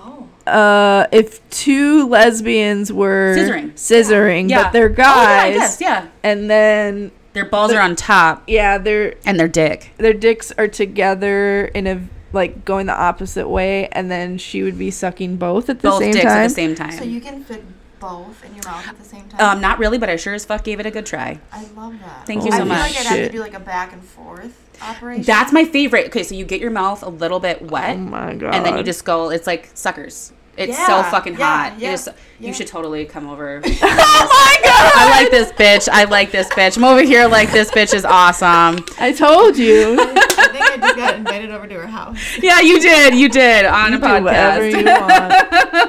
Oh.
uh if two lesbians were
Scissoring.
scissoring,
Yeah.
but they're
Oh, yeah, I
guys,
guess, yeah.
and then
Their balls are on top,
yeah, their
and their dick.
their dicks are together in a like going the opposite way, and then she would be sucking both at the
both
same
dicks
time.
at the same time.
So you can fit both in your mouth at the same time.
um, not really, but I sure as fuck gave it a good try.
I love that.
Thank you
I
so
I
much.
feel like I'd have to
Shit.
do like a back and forth operation.
That's my favorite. Okay, so you get your mouth a little bit wet,
Oh my god!
and then you just go. It's like suckers. It's so
Yeah,
fucking
yeah,
hot.
yeah,
it is,
yeah.
You should totally come over. oh my god! I like this bitch. I like this bitch. I'm over here like this bitch is awesome.
I told you.
I think I just got invited over to her house.
Yeah, you did. You did on
You
a
do whatever
podcast.
you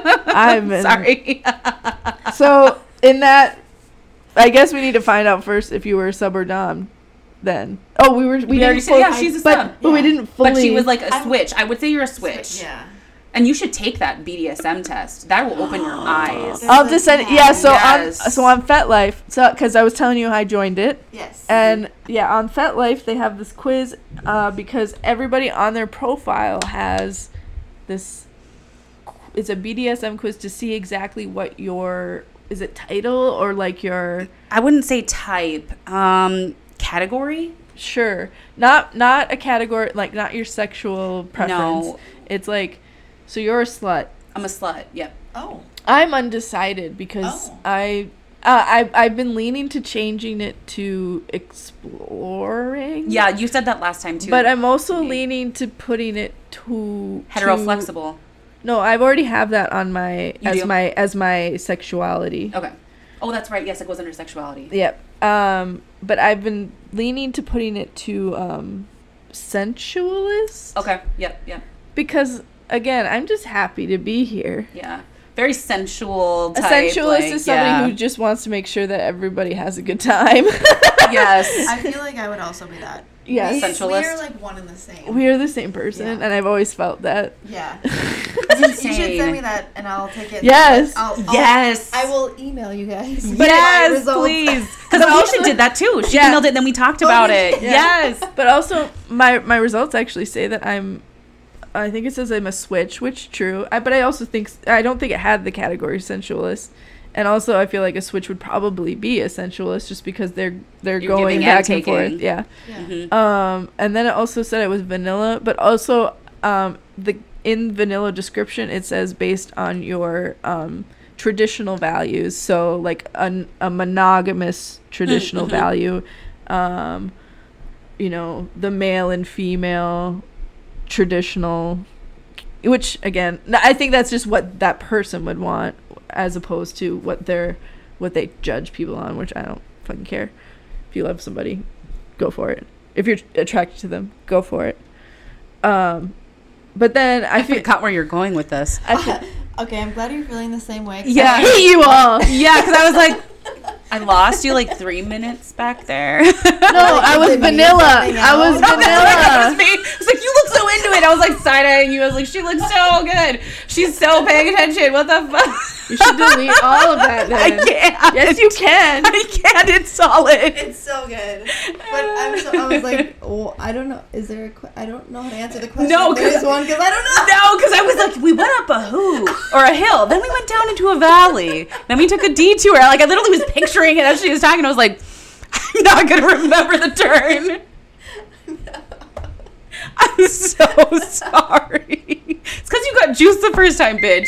want. I've been
Sorry.
so in that. I guess we need to find out first if you were a sub or dom. Then oh we were we,
already
didn't
said, yeah, she's a
but,
sub.
but we
Yeah.
didn't fully
But she was like a
I'm-
switch. I would say you're a switch.
Yeah.
And you should take that BDSM test. That will open your eyes.
I'll just send yeah so on
Yes.
so on FetLife so because I was telling you I joined it
Yes.
And yeah, on FetLife they have this quiz uh, because everybody on their profile has this. It's a BDSM quiz to see exactly what your is it title or like your
I wouldn't say type. Um, category?
sure not not a category like not your sexual preference.
No.
It's like so you're a slut.
I'm a slut. Yep.
oh,
I'm undecided because
Oh.
I. Uh, I I've been leaning to changing it to exploring.
Yeah, you said that last time too.
But uh, I'm also
Okay.
leaning to putting it to to-
heteroflexible.
No, I've already have that on my
You
as
do?
my as my sexuality.
Okay. Oh, that's right. Yes, it goes under sexuality.
Yep. Um, but I've been leaning to putting it to um, sensualist
Okay. Yep. Yep.
because again, I'm just happy to be here.
Yeah. Very sensual. Type,
a sensualist
like,
is somebody
yeah.
who just wants to make sure that everybody has a good time.
yes.
I feel like I would also be that.
yes.
We-
Sensualist.
We are like one and the same.
We are the same person,
Yeah.
and I've always felt that.
yeah.
That's
You should send me
insane.
that, and I'll take it.
Yes.
I'll, I'll,
Yes.
I will email you guys. my
Yes,
results.
please. Because Alicia did that too. She
Yeah.
emailed it, then we talked
Oh,
about
we
it.
did.
Yes.
But also, my my results actually say that I'm. I think it says I'm a switch, which true. I, but I also think I don't think it had the category sensualist, and also I feel like a switch would probably be a sensualist just because they're they're
You're
going
giving
back
and
and,
taking.
forth. Yeah.
Yeah.
Mhm.
Um, and then it also said it was vanilla, but also um, the in vanilla description it says based on your um, traditional values. So like an, a monogamous traditional
mhm.
value, um, you know, the male and female traditional, which again, n- I think that's just what that person would want, as opposed to what they're what they judge people on, which I don't fucking care. If you love somebody, go for it. If you're attracted to them, go for it. Um, but then I
I
feel
forgot where you're going with this.
I feel
Okay, I'm glad you're feeling the same way. 'cause
I hate you all.
Yeah, because I was like, I lost you like three minutes back there.
No, I was
Did we need
vanilla.
something
I was
else?
No, that's
vanilla.
what it was me. It's like you look so into it. I was like side eyeing you. I was like, she looks so good. She's so paying attention. What the fuck?
You should delete all of that.
I
Then.
can't.
Yes, you can.
I can't. It's solid.
It's so good.
But I'm so, I was like, oh, I don't know. Is there a que- I don't know how to answer the question.
No,
if there
'cause-
is one because I don't know.
No, because I was like, we went up a who or a hill, then we went down into a valley, then we took a detour. Like I literally was picturing it as she was talking. I was like, I'm not gonna remember the turn. I'm so sorry. It's because you got juice the first time, bitch.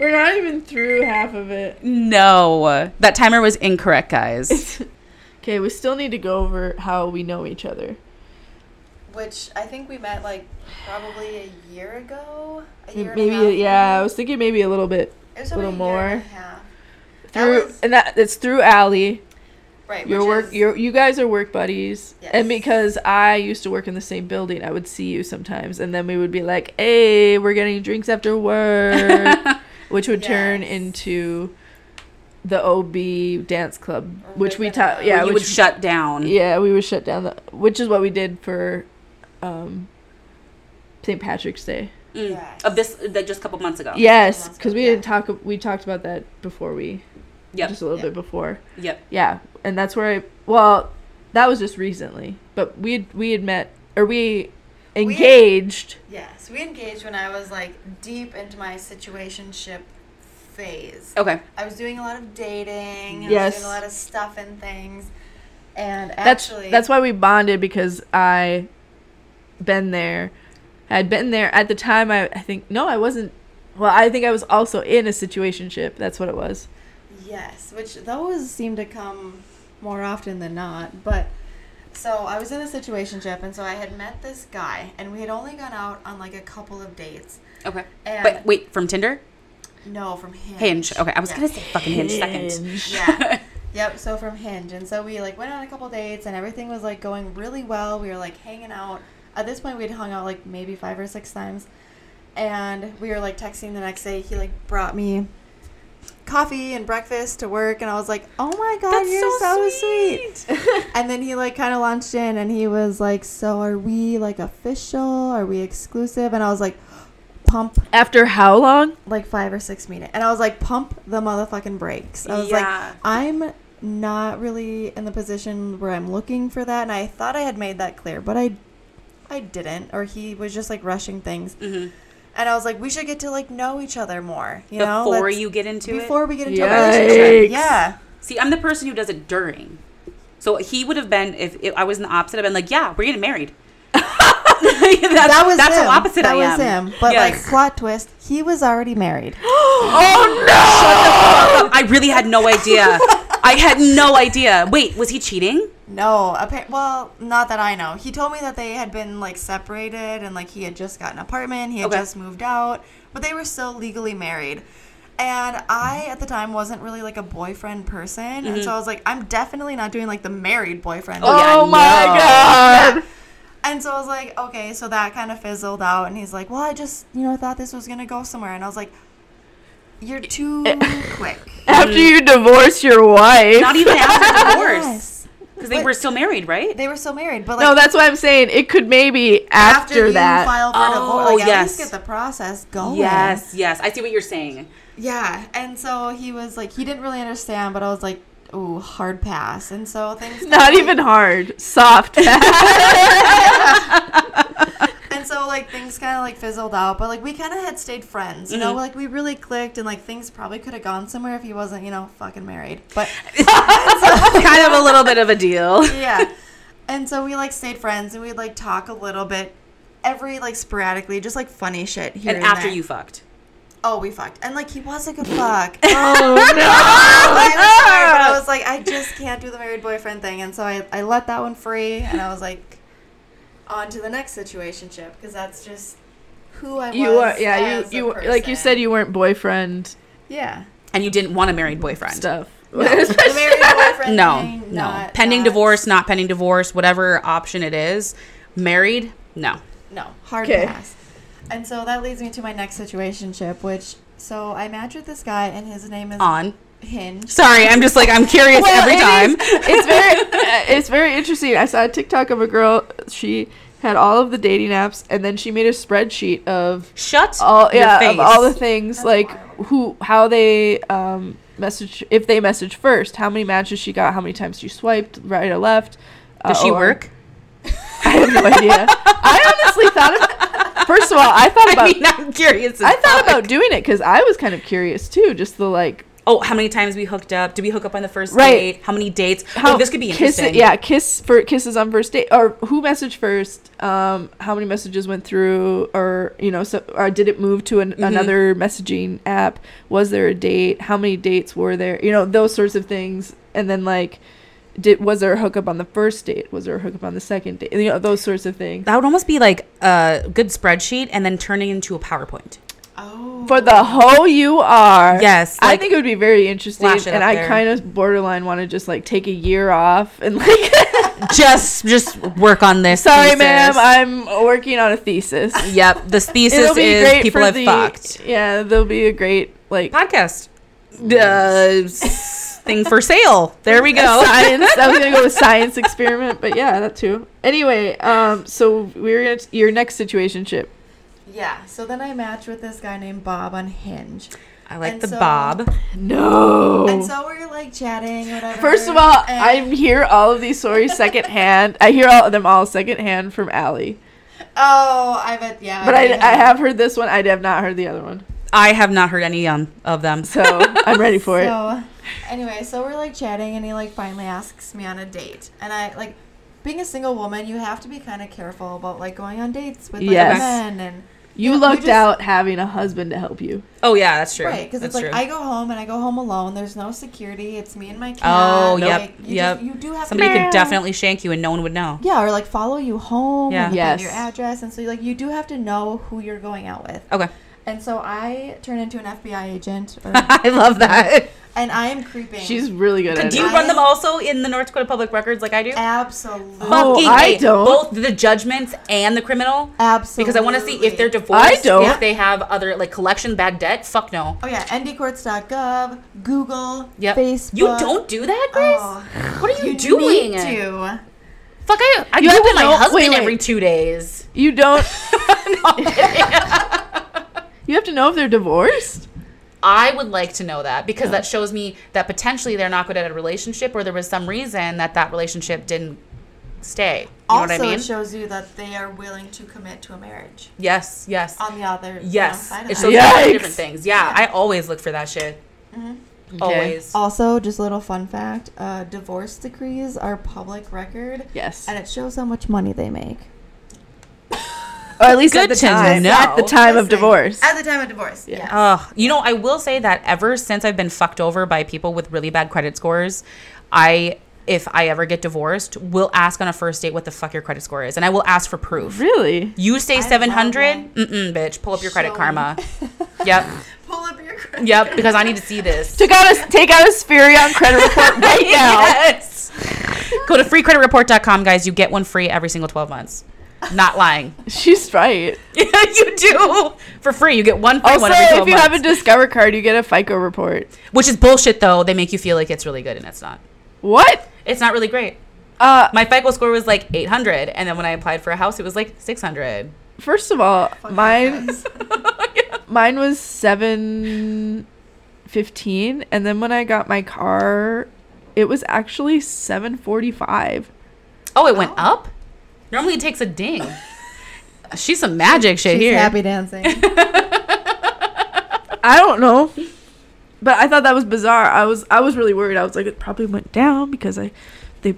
We're not even through half of it.
No, that timer was incorrect, guys.
Okay, we still need to go over how we know each other.
Which I think we met like probably a year ago. A year and a half
Maybe yeah, I was thinking maybe a little bit
It was
a little
about year and
more.
a half. That
through,
was-
and that it's through Allie.
right.
Your
which
work,
is-
your you guys are work buddies,
Yes.
and because I used to work in the same building, I would see you sometimes, and then we would be like, "Hey, we're getting drinks after work," which would turn
Yes.
into the OB dance club,
Oh,
which we
Ribbon
taught.
Club.
Yeah,
you
which
would shut down.
yeah, we would shut down the, which is what we did for, um, St. Patrick's Day.
Mm.
Yes.
Of this, that just a couple months ago.
Yes,
months
because
ago,
we
yeah.
didn't talk. We talked about that before we,
Yep.
just a little
Yep.
bit before.
Yep.
Yeah, and that's where I. Well, that was just recently, but we had, we had met or we engaged.
Yes, we engaged when I was like deep into my situationship phase.
Okay.
I was doing a lot of dating. I
Yes.
was doing a lot of stuff and things. And
that's
actually,
that's why we bonded because I, been there, had been there at the time. I I think no, I wasn't. Well, I think I was also in a situationship. That's what it was.
yes, which
Which those seem to come more often than not. But
so I was in a situationship, and so I had met this guy, and we had only gone out on like a couple of dates.
Okay.
And
But wait, from Tinder?
no, from Hinge.
Hinge. Okay, I was
Yeah.
gonna say fucking hinge second.
Yeah. yep. So from Hinge, and so we like went on a couple dates, and everything was like going really well. We were like hanging out. At this point, we'd hung out like maybe five or six times, and we were like texting the next day. He like brought me coffee and breakfast to work, and I was like, "Oh my god,
That's
you're so,
so
sweet!" and then he like kind of launched in, and he was like, "So are we like official? Are we exclusive?" And I was like, "Pump
After how long?
like five or six minutes. And I was like, pump the motherfucking brakes. I was
Yeah.
like, I'm not really in the position where I'm looking for that. And I thought I had made that clear, but I I didn't. Or he was just like rushing things.
hmm
And I was like, we should get to like know each other more. You know?
Before
Let's-
you get into it.
before we get into a
Yikes.
relationship. Yeah.
See, I'm the person who does it during. So he would have been if, if I was in the opposite. I've been like, yeah, we're getting married. that's,
That was
that's
him.
how opposite
that
I am.
was him. But
Yes.
like plot twist, he was already married.
Oh no!
I really had no idea. I had no idea. Wait, was he cheating?
No, appa- well, not that I know. He told me that they had been like separated and like he had just got an apartment, he had
Okay.
just moved out, but they were still legally married. And I at the time wasn't really like a boyfriend person, and so I was like, I'm definitely not doing like the married boyfriend.
Mm-hmm. Oh, yeah,
Oh my
no.
god!
And so I was like, okay, so that kind of fizzled out, and he's like, well, I just you know thought this was gonna go somewhere, and I was like, you're too
eh,
quick.
After you divorce your wife.
Not even after divorce
Yes.
because they were still married, right?
They were still married, but like
no, that's what I'm saying. It could maybe after,
you
that.
file for
Oh,
divorce, like, at
yes.
least get the process going.
Yes, yes. I see what you're saying.
Yeah. And so he was like, he didn't really understand, but I was like, ooh, hard pass. And so things.
not even hard. Soft.
And so like things kind of like fizzled out, but like we kind of had stayed friends, you know, like we really clicked, and like things probably could have gone somewhere if he wasn't, you know, fucking married. But
kind of a little bit of a deal.
yeah. And so we like stayed friends, and we'd like talk a little bit. Every like sporadically, just like funny shit here
And
and,
after
there.
you fucked.
oh, we fucked, and like he was a good fuck.
oh no!
I was sorry, but I was like, I just can't do the married boyfriend thing, and so I, I let that one free, and I was like, on to the next situationship because that's just who I
You
was.
are, yeah. You,
as a
you, like you
person.
said, you weren't boyfriend
yeah.
And you didn't want a married boyfriend.
stuff.
The married boyfriend.
no,
thing,
no.
not-
pending
not-
divorce, not pending divorce, whatever option it is. Married, no.
No, hard
'Kay.
pass. And so that leads me to my next situationship, which so I matched with this guy, and his name is
On.
Hinge.
Sorry, I'm just like I'm curious
Well,
every
it
time.
is- it's very uh, it's very interesting. I saw a TikTok of a girl. She had all of the dating apps, and then she made a spreadsheet of
Shut
all
your
Oh, yeah
face.
of all the things like who how they um message if they message first, how many matches she got, how many times she swiped right or left. uh,
Does she
or-
work?
I have no idea. I honestly thought of First of all, I thought about
I
I,
mean, I'm curious. as
thought
fuck.
about doing it cuz I was kind of curious too, just the like
Oh, how many times we hooked up? Did we hook up on the first
Right.
date? How many dates? oh, this could be
kiss-
interesting.
yeah, kiss for kisses on first date, or who messaged first? Um, how many messages went through, or you know, so or did it move to an,
Mm-hmm.
another messaging app? Was there a date? How many dates were there? You know, those sorts of things, and then like, did was there a hookup on the first date? Was there a hookup on the second date? You know, those sorts of things
That would almost be like a good spreadsheet and then turning into a PowerPoint.
Oh.
for the whole you are.
Yes,
I
like,
think it would be very interesting,
flash it
and
up
I
there.
kind of borderline want to just like take a year off and like.
just just work on this.
Sorry,
thesis.
ma'am. I'm working on a thesis.
yep, this thesis is people have fucked.
Yeah, there'll be a great like
Podcast uh, s- thing for sale. There we go.
science. I was gonna go with science experiment, but yeah, that too. Anyway, um, so we're gonna your next situation ship.
Yeah. So then I matched with this guy named Bob on Hinge.
I like
And
the
so-
bob.
No.
And so we're like chatting, whatever.
Oh. First of all,
and-
I hear all of these stories secondhand. I hear all of them all secondhand from Allie.
Oh, I bet. Yeah.
But I,
already
I have heard this one. I have not heard the other one.
I have not heard any um, of them.
So I'm ready for it.
So, anyway, so we're like chatting, and he like finally asks me on a date, and I like being a single woman, you have to be kind of careful about like going on dates with like,
Yes.
men and
You
you
lucked
just-
out having a husband to help you.
Oh yeah, that's true.
right because it's
That's
like
true.
I go home and I go home alone. There's no security. It's me and my cat.
Oh, yep,
like, you
yep.
Just, you do have
Somebody
to
could definitely shank you and no one would know.
yeah, or like follow you home.
Yeah.
Yeah. And look up Your
Yes.
address, and so like you do have to know who you're going out with.
Okay,
And so I turn into an FBI agent, or,
I love that.
and I am creeping.
She's really good at
Do
it.
you run them also in the North Dakota Public Records like I do?
absolutely,
Oh,
Fucking
I
A.
don't.
Both the judgments and the criminal.
absolutely.
Because I want to see if they're divorced.
I don't.
If they have other like collection bad debt. Fuck no.
Oh yeah, ndcourts.gov, Google,
Yep.
Facebook.
You don't do that, Grace.
Oh,
what are you,
you
doing?
need to.
Fuck, I, I
You have
Google
to
my
know-
husband
wait, wait.
every two days.
You don't.
No.
You have to know if they're divorced.
I would like to know that because that shows me that potentially they're not good at a relationship or there was some reason that that relationship didn't stay. You
Also,
know what I mean?
it shows you that they are willing to commit to a marriage.
yes, yes.
On the other you Uh, know,
yes.
side of
It
that.
shows me all the
Yikes.
different things. Yeah, I always look for that shit. Always.
Also, just a little fun fact: uh, divorce decrees are public record,
Yes.
and it shows how much money they make.
Or at least
Good
at the
to
time.
know.
At the time of
Listen,
divorce.
At the time of divorce. Yeah.
Ugh, you know, I will say that ever since I've been fucked over by people with really bad credit scores, I if I ever get divorced, will ask on a first date what the fuck your credit score is, and I will ask for proof.
Really?
You say
love
seven hundred,
that.
mm bitch. Pull up your credit
Show me.
karma. yep,
Pull up your credit.
yep, because I need to see this.
Took out a, take out a Spherion credit report right now.
yes. Go to freecreditreport.com, guys. You get one free every single twelve months. Not lying.
She's right.
you do for free. You get one free
Also,
one every
if
twelve
you
months,
have a Discover card, you get a FICO report.
which is bullshit though. They make you feel like it's really good, and it's not.
What?
It's not really great.
Uh,
My FICO score was like 800, and then when I applied for a house, it was like 600.
first of all, mine
Yes.
mine was seven fifteen, and then when I got my car, it was actually seven forty five.
Oh, it went up? Normally it takes a ding. She's some magic shit
She's
here.
happy dancing.
I don't know. But I thought that was bizarre. I was I was really worried. I was like, it probably went down because I they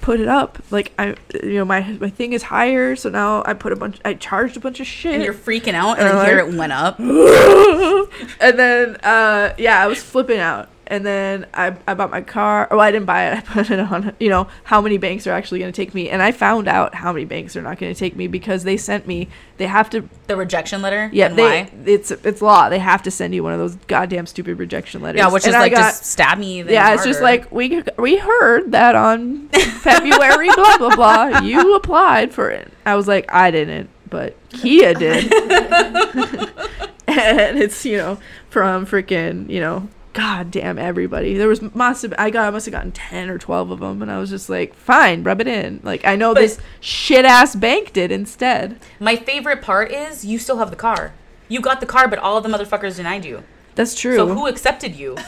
put it up. Like I you know, my my thing is higher, so now I put a bunch I charged a bunch of shit.
And
And,
you're freaking out, and
Uh,
then here it went up.
then uh yeah, I was flipping out. And then I, I bought my car. Oh, I didn't buy it. I put it on, you know, how many banks are actually going to take me. And I found out how many banks are not going to take me because they sent me, they have to
The rejection letter?
yeah,
and
they,
why?
it's it's law. They have to send you one of those goddamn stupid rejection letters.
Yeah, which is
And I
like
got-
just stab me. Then
yeah, it's just
harder.
like we we heard that on February blah blah blah. You applied for it. I was like, I didn't, but Kia did. and it's you know from freaking you know goddamn everybody. There was must have I got I must have gotten ten or twelve of them, and I was just like, fine, rub it in. Like I know
But-
this shit ass bank did instead.
My favorite part is you still have the car. You got the car, but all of the motherfuckers denied you.
That's true.
So who accepted you?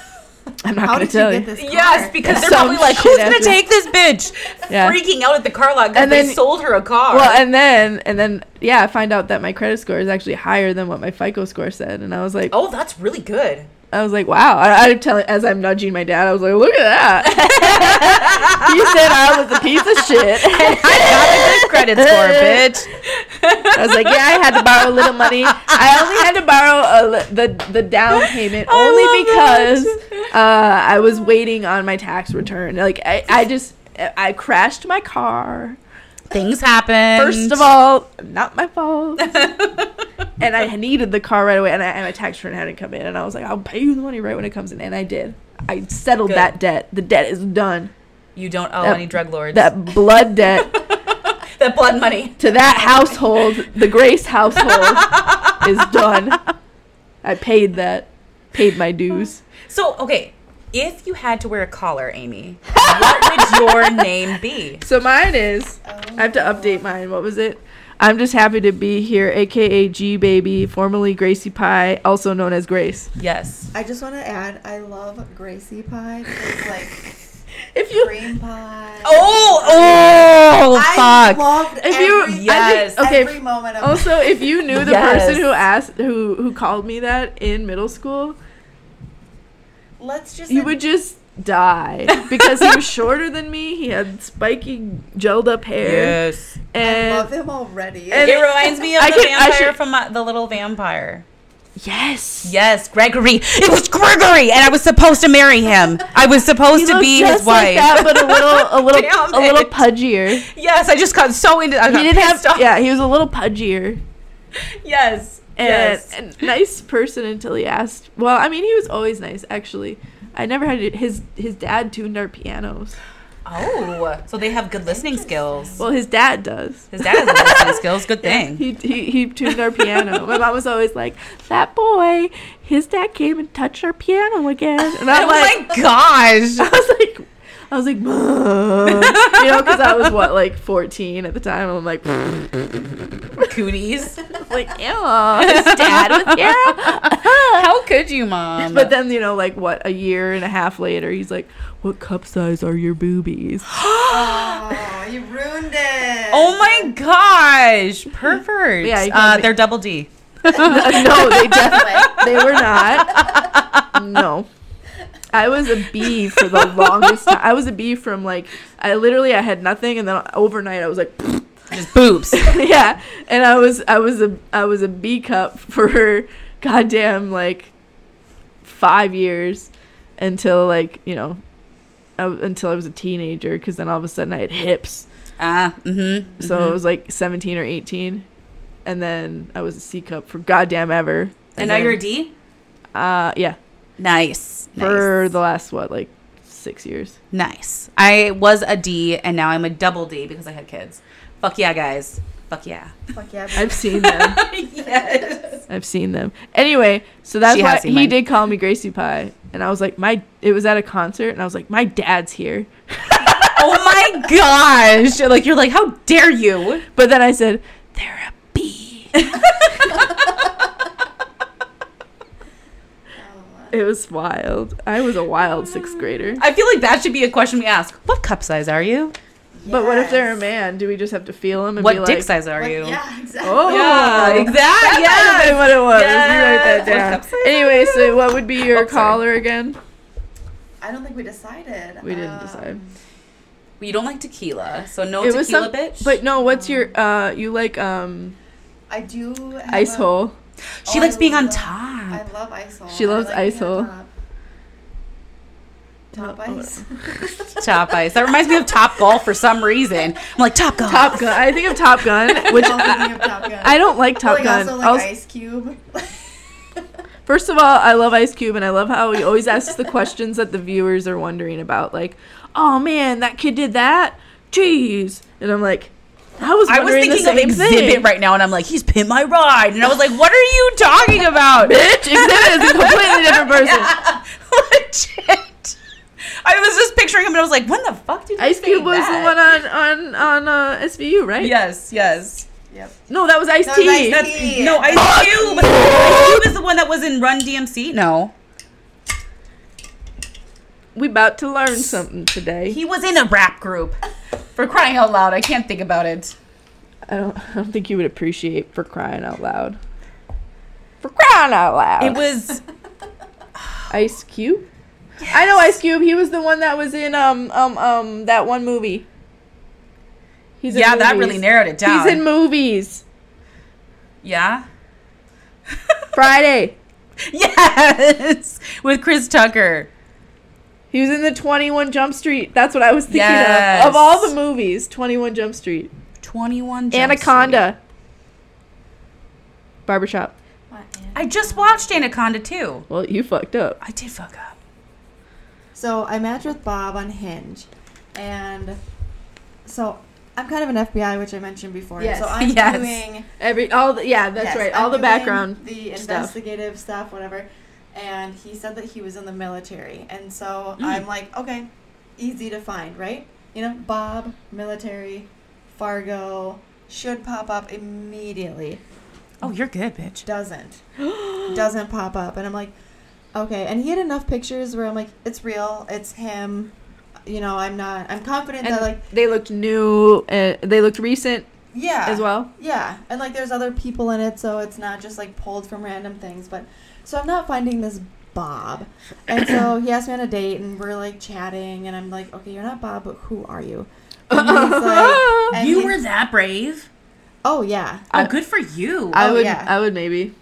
I'm not
How
gonna
did you
tell you.
get this?
Yes,
car?
because they're
Some
probably like,
shit
who's gonna
after-
take this bitch?
Yeah.
Freaking out at the car lot because
And
they
then-
sold her a car.
Well, and then and then yeah, I find out that my credit score is actually higher than what my FICO score said, and I was like,
oh, that's really good.
I was like, wow. I, I'm telling as I'm nudging my dad, I was like, look at that. he said I was a piece of shit.
I got a good credit score, bitch.
I was like, yeah, I had to borrow a little money. I only had to borrow a, li- the the down payment only because uh, I was waiting on my tax return. Like I, I just I crashed my car.
Things happen.
First of all, not my fault. and I needed the car right away, and, I, and my tax return hadn't come in, and I was like, I'll pay you the money right when it comes in, and I did. I settled
Good.
that debt. The debt is done.
You don't owe
That-
any drug lords. That,
That blood debt
blood money.
to that household, the Grace household, is done. I paid that. Paid my dues.
So, okay, if you had to wear a collar, Amy, what would your name be?
So mine is. I have to update mine. What was it? I'm just happy to be here, aka G Baby, formerly Gracie Pie, also known as Grace.
Yes.
I just want to add, I love Gracie pie. 'cause It's like
If you
cream pie.
Oh, oh,
I loved
If you-
every,
Yes.
okay,
every moment of
Also, if you knew the
Yes.
person who asked who who called me that in middle school,
Let's just
you would just die because he was shorter than me. He had spiky gelled up hair,
Yes.
I love
and
him already.
and-
It reminds me of
I
the
can- I
vampire
should-
from uh, the little vampire.
yes,
Yes, Gregory. It was Gregory, and I was supposed to marry him. I was supposed to
looked
be his
like
wife.
that, but a little a
Damn
little a little
it.
pudgier.
Yes, I just got so into. I
He
got
didn't have
pissed off.
yeah, he was a little pudgier.
Yes.
And,
yes.
and nice person until he asked. Well, I mean, he was always nice actually. I never had his his dad tuned our pianos.
oh, so they have good listening skills.
Well, his dad does.
His dad has good listening skills. Good thing.
He, he, he tuned our piano. My mom was always like, "That boy, his dad came and touched our piano again." And
Oh
I'm like,
my gosh.
I was like, I was like, "Mom," you know, because I was what like 14 at the time. I'm like,
Coonies.
like, ew, his dad with piano.
How could you, mom?
But then you know, like what a year and a half later, he's like, "What cup size are your boobies?"
oh, you ruined it.
oh my gosh,
uh,
perverts.
Yeah, you
uh,
can't-
they're double D.
no, they definitely they were not. No. I was a bee for the longest time. I was a bee from like I literally I had nothing and then overnight I was like
Just boobs.
yeah, and I was I was a I was a B cup for goddamn like 5 years until like, you know, I, until I was a teenager cuz then all of a sudden I had hips.
Ah, mm-hmm.
So it was like 17 or 18 and then I was a C cup for goddamn ever.
And now
then-
you're a D.
uh yeah.
Nice.
for
nice.
the last what like six years
nice. I was a D, and now I'm a double D because I had kids. Fuck yeah, guys. Fuck yeah.
Fuck yeah.
i've seen them
yes.
i've seen them anyway so that's
She
why
has seen
he
mine.
did call me gracie pie and i was like my it was at a concert and i was like my dad's here
Oh my gosh. Like you're like, how dare you?
but then i said they're a bee it was wild i was a wild sixth grader
I feel like that should be a question we ask. What cup size are you?
but what if they're a
Yes.
man do we just have to feel them and
What
be
dick
like
size are
Like,
you?
Yeah, exactly.
oh
Yeah, exactly.
That might have been
Yes.
what it was.
Yes.
You write
What
that
cup
down.
size
Anyway,
are you?
so what would be your
Oh, sorry.
collar again?
I don't think we decided. Um,
We didn't decide.
You don't like tequila, so no
it
tequila,
was some,
bitch.
But no, what's your uh you like um
I do. Have
ice
a-
hole.
she
Oh,
likes
I
being on
love- I
top.
love ice hole.
She
I
loves
like being
ice hole.
on Top, top
No,
ice.
top ice. That reminds me of Top Golf for some reason. I'm like Top Golf.
Top Gun. I think of Top Gun, which
I'm
I,
thinking of Top Gun. Oh
I don't like
Or,
Top
like,
Gun.
Also like
Also-
Ice Cube.
first of all, I love Ice Cube and I love how he always asks the questions that the viewers are wondering about like, "Oh man, that kid did that?" Jeez. And I'm like, I was
I was
wondering
thinking of
the same
exhibit
thing.
right now, and I'm like, he's pinned my ride, and I was like, what are you talking about?
Bitch, exhibit is a completely different person.
Legit. I was just picturing him, and I was like, when the fuck did you
Ice
say
Cube was
that?
the one on on on uh, SVU, right?
Yes, yes.
yep.
No, that was Ice
That was
T.
Ice T.
That's, no, Ice Cube. Ice Cube is the one that was in Run DMC. No,
we about to learn something today.
He was in a rap group. For crying out loud, I can't think about it.
I don't. I don't think you would appreciate for crying out loud. For crying out loud.
It was
Ice Cube. I know Ice Cube. He was the one that was in um um um that one movie. He's in
yeah, that
movies.
really narrowed it down.
He's in movies.
yeah.
Friday.
Yes, with Chris Tucker.
He was in the Twenty One Jump Street. That's what I was thinking
Yes.
of. Of all the movies, Twenty One Jump Street,
Twenty-one. Jump
Anaconda, Barbershop.
My
Street.
aunt.
I just watched Anaconda too.
Well, you fucked up.
I did fuck up.
So I matched with Bob on Hinge, and so I'm kind of an FBI, which I mentioned before.
Yes.
So I'm
Yes.
doing
Every all the, yeah, that's
Yes,
right.
I'm
All the
doing
background.
the
stuff.
investigative stuff, whatever. And he said that he was in the military, and so
Mm.
I'm like, okay, easy to find, right? You know, Bob, military, Fargo should pop up immediately.
Oh, you're good, bitch.
Doesn't, doesn't pop up, and I'm like, okay. And he had enough pictures where I'm like, it's real, it's him. You know, I'm not. I'm confident
And
that like,
they looked new. Uh, they looked recent
yeah,
as well.
Yeah, and like there's other people in it, so it's not just like pulled from random things. But so I'm not finding this Bob, and so he asked me on a date, and we're like chatting, and I'm like, okay, you're not Bob, but who are you? And he's like- and
You
he-
were that brave.
Oh yeah,
Oh,
I-
good for you.
I
Oh,
would.
yeah.
I would maybe.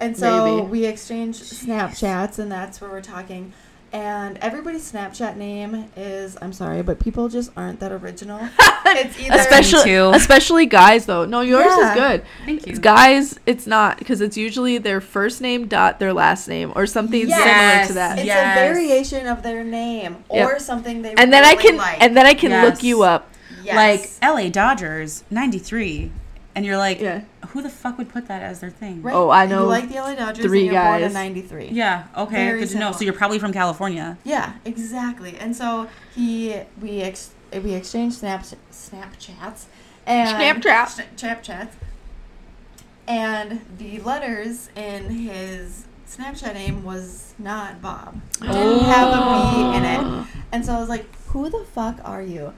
and so
Maybe.
we exchanged Snapchats, and that's where we're talking. And everybody's Snapchat name is I'm sorry, but people just aren't that original. it's either
especially
too.
especially guys though. No, yours
Yeah.
is good.
Thank you.
Guys, it's not because it's usually their first name dot their last name or something
Yes.
similar to that.
it's
Yes.
a variation of their name or
Yep.
something they
And then I
really
can
like.
and then I can look
Yes.
you up.
Yes.
Like LA Dodgers 93 and you're like
Yeah.
who the fuck would put that as their thing?
Right.
Oh, I
You
know
like the LA Dodgers.
three
and you're born
guys.
in '93.
Yeah, okay.
Very
good to know.
simple.
So you're probably from California.
Yeah, exactly. And so he, we ex, we exchanged snaps, Snapchats, and
Snapchat.
Sna- Snapchats, and the letters in his Snapchat name was not Bob. Didn't
Oh.
have a B in it. And so I was like, "Who the fuck are you?"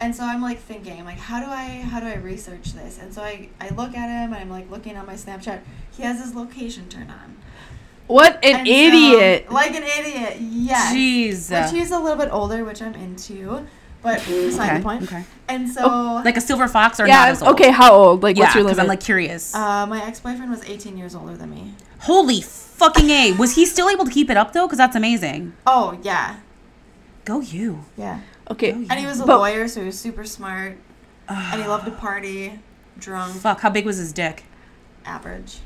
And so I'm like thinking, I'm like, how do I how do I research this? And so I, I look at him and I'm like looking on my Snapchat. He has his location turned on.
What an
And so-
idiot.
like an idiot, yes.
Jeez.
Which he's a little bit older, which I'm into, but beside
Okay,
the point.
okay. Oh,
And so,
Like a silver fox or not
yeah.
as old.
Okay, how old? Like
Yeah,
what's your
'cause
limit?
I'm like curious.
uh, my ex boyfriend was 18 years older than me.
Holy fucking A. Was he still able to keep it up though? Because that's amazing.
Oh yeah,
Go you.
yeah.
okay.
Oh, yeah.
And he was a
But-
lawyer, so he was super smart, and he loved to party, drunk,
Fuck, how big was his dick?
average.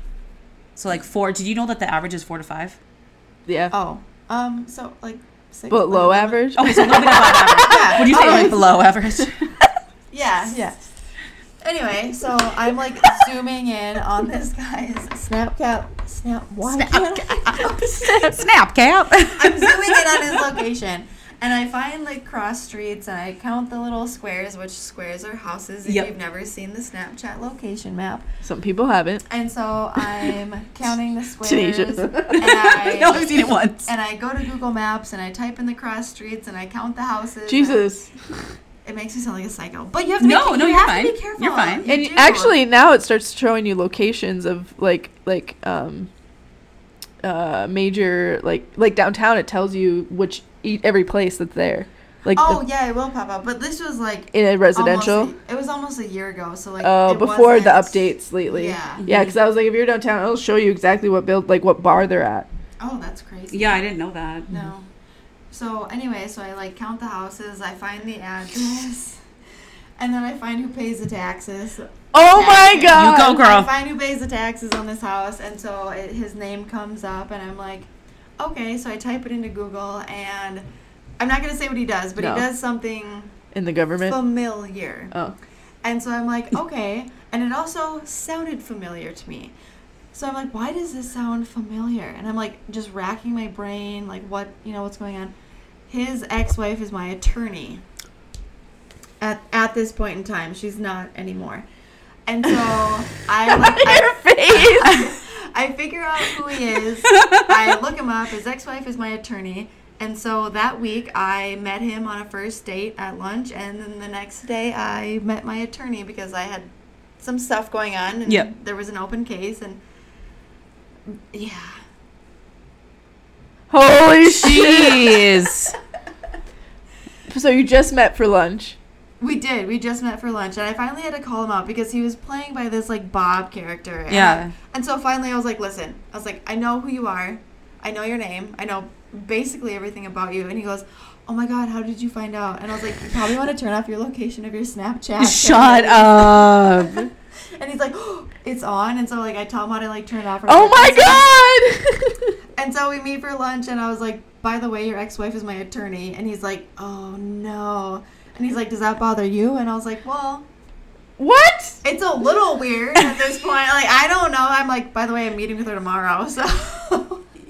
So like four. Did you know that the average is four to five?
Yeah.
Oh, um, so like six.
but
like,
low
oh,
a-
average?
Okay, so a little bit above average.
Yeah, Oh,
Would you say like below average?
yeah, yeah. Anyway, so I'm like zooming in on this guy's Snapchat. Snap. Why can't I-
Snap cap.
I'm zooming in on his location. And I find like cross streets and I count the little squares, which squares are houses if
Yep.
you've never seen the Snapchat location map.
Some people haven't.
And so I'm counting the squares.
Tunisia.
And I,
no, I've seen it once.
and I go to Google Maps and I type in the cross streets and I count the houses.
Jesus.
It makes me sound like a psycho. But you have to
No,
be,
no,
you
you're
have
fine.
to be careful.
You're fine.
You
and
do.
actually now it starts showing you locations of like like um uh major like like downtown it tells you which e- every place that's there like
Oh
the,
yeah, it will pop up. But this was like
in a residential
almost- it was almost a year ago, so like
uh
it
before the
wasn't-
updates lately
Yeah.
yeah because i was like if you're downtown it'll show you exactly what build like what bar they're at
Oh, that's crazy.
Yeah, I didn't know that.
No. So anyway, so I like count the houses, I find the address, and then I find who pays the taxes.
oh my
You
god
go, girl.
I find who pays the taxes on this house, and so it, his name comes up, and I'm like, okay. So I type it into Google, and I'm not gonna say what he does, but
No.
he does something
in the government
familiar.
oh
And so I'm like, okay. And it also sounded familiar to me. So I'm like, why does this sound familiar? And I'm like, just racking my brain, like, what, you know, what's going on? His ex wife is my attorney at, at this point in time. She's not anymore. And so I, like, I, I figure out who he is. I look him up. His ex wife is my attorney. And so that week, I met him on a first date at lunch, and then the next day, I met my attorney because I had some stuff going on, and
Yep.
there was an open case, and yeah,
Holy shit!
Jeez.
so you just met for lunch.
we did. We just met for lunch, and I finally had to call him out because he was playing by this like Bob character. And
Yeah.
And so finally, I was like, listen, I was like, I know who you are. I know your name. I know basically everything about you. And he goes, oh my God, how did you find out? And I was like, you probably want to turn off your location of your Snapchat.
Shut up!
And he's like, oh, it's on. And so, like, I tell him how to, like, turn it off. or
Oh
whatever.
my god!
And so we meet for lunch, and I was like, by the way, your ex wife is my attorney. And he's like, oh no. And he's like, does that bother you? And I was like, well,
what?
it's a little weird at this point. Like, I don't know. I'm like, by the way, I'm meeting with her tomorrow. So.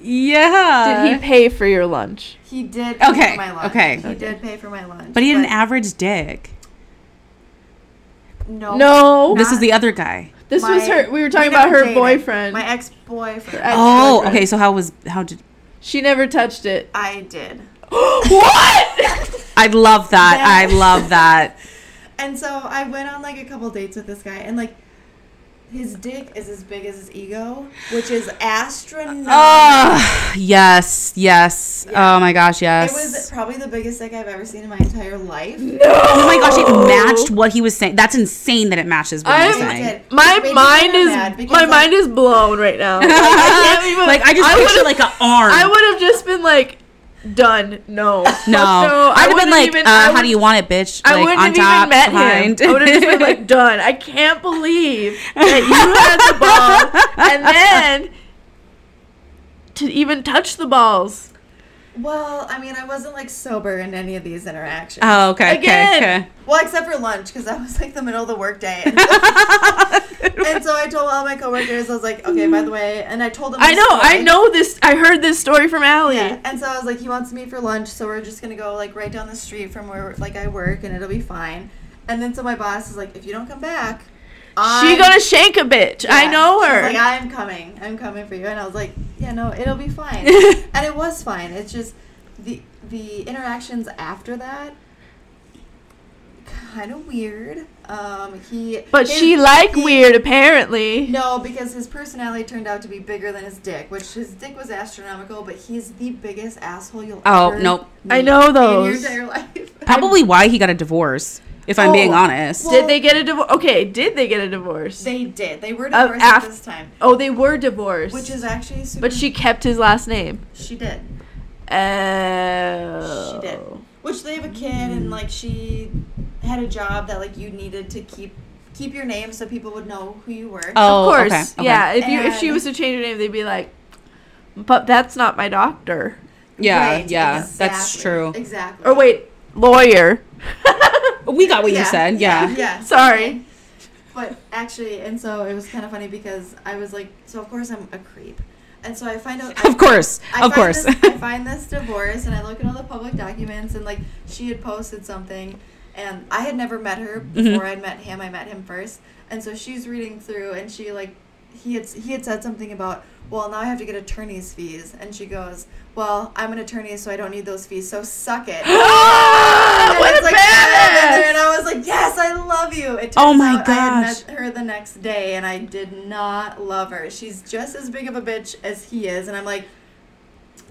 Yeah.
Did he pay for your lunch?
He did.
Okay,
Pay for my lunch.
okay.
He did pay for my lunch.
But he had an average dick.
No.
No.
This is the other guy.
This was
my-
her. We were talking
we
about
never
her
dated.
boyfriend.
My ex boyfriend.
Her ex-
Oh,
boyfriend.
okay. So how was how did?
she never touched it.
I did.
what?
I love that.
Yeah.
I love that.
And so I went on like a couple dates with this guy, and like his dick is as big as his ego, which is astronomical.
Oh, yes, yes. Oh my gosh, yes.
It was probably the biggest dick I've ever seen in my entire life.
oh my gosh, it matched what he was saying. That's insane that it matches what he was
I'm-
saying.
It did.
My
It made me
mind
kinda
is
mad because,
my
like-
mind is blown right now. Like I, can't even-
Like I just
I
picture
would've-
like an arm.
I would have just been like, done. No, Fuck
no, I'd have been
wouldn't
like,
even-
uh,
I
"How
would-
do you want it, bitch?"
I
like,
wouldn't have even met him. I would have just been like, done. I can't believe that you had the ball, and then to even touch the balls
Well, I mean, I wasn't like sober in any of these interactions.
oh, okay,
Again.
okay,
Well, except for lunch, because that was like the middle of the workday. And, and so I told all my coworkers, I was like, okay, by the way, and I told them.
I
this
know, I
story.
know this. I heard this story from Allie.
Yeah. And so I was like, he wants to meet for lunch, so we're just gonna go like right down the street from where like I work, and it'll be fine. And then so my boss is like, if you don't come back,
She
I'm-
gonna shank a bitch. I
Yeah.
know
She's
her.
like, I'm coming, I'm coming for you. And I was like, yeah, no, it'll be fine. and it was fine. It's just the the interactions after that. Kind of weird. Um, he
but
his-
she like
he-
weird apparently.
no, because his personality turned out to be bigger than his dick, which his dick was astronomical, but he's the biggest asshole you'll
Oh,
ever
nope.
I know those.
in your entire life.
Probably why he got a divorce. If I'm
Oh,
being honest,
well-
Did they get a divorce? Okay, did they get a divorce?
They did. They were
Uh,
divorced
af-
at this time,
oh, they were divorced.
which is actually super.
but she kept his last name.
she did.
Oh.
She did. Which they have a kid, and like she had a job that like you needed to keep keep your name so people would know who you were.
oh,
of course.
okay, okay.
Yeah. If you if she
And-
was to change her name, they'd be like, but that's not my doctor.
yeah,
Right,
yeah. That's
exactly,
true.
Exactly.
Or wait, lawyer.
We got what
Yeah,
you said. Yeah.
Yeah.
Sorry.
But actually, and so it was kind of funny because I was like, so of course I'm a creep, and so I find out. I-
Of course,
I
of
find
course.
This, I find this divorce and I look at all the public documents and like she had posted something and I had never met her
Mm-hmm.
before I'd met him. I met him first. And so she's reading through and she like he had he had said something about, well, now I have to get attorney's fees and she goes, "Well, I'm an attorney so I don't need those fees. So suck it."
Ah,
And
what
it's
a
like, "Ah," and
badass!
then I was like, "Yes, I love you." It turns
Oh my
out I had
gosh.
met her the next day, and I did not love her. She's just as big of a bitch as he is, and I'm like,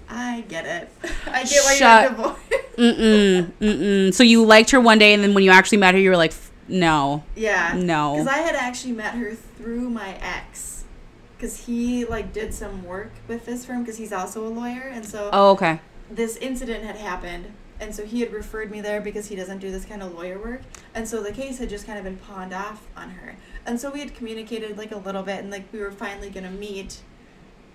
I get it. I get why
Shut-
you're divorced.
Mm-mm, mm-mm. So you liked her one day, and then when you actually met her, you were like, "F- "No,
yeah.
No.
Because I had actually met her through my ex. Because he like did some work with this firm because he's also a lawyer, and so
oh, okay."
this incident had happened and so he had referred me there because he doesn't do this kind of lawyer work and so the case had just kind of been pawned off on her and so we had communicated like a little bit and like we were finally going to meet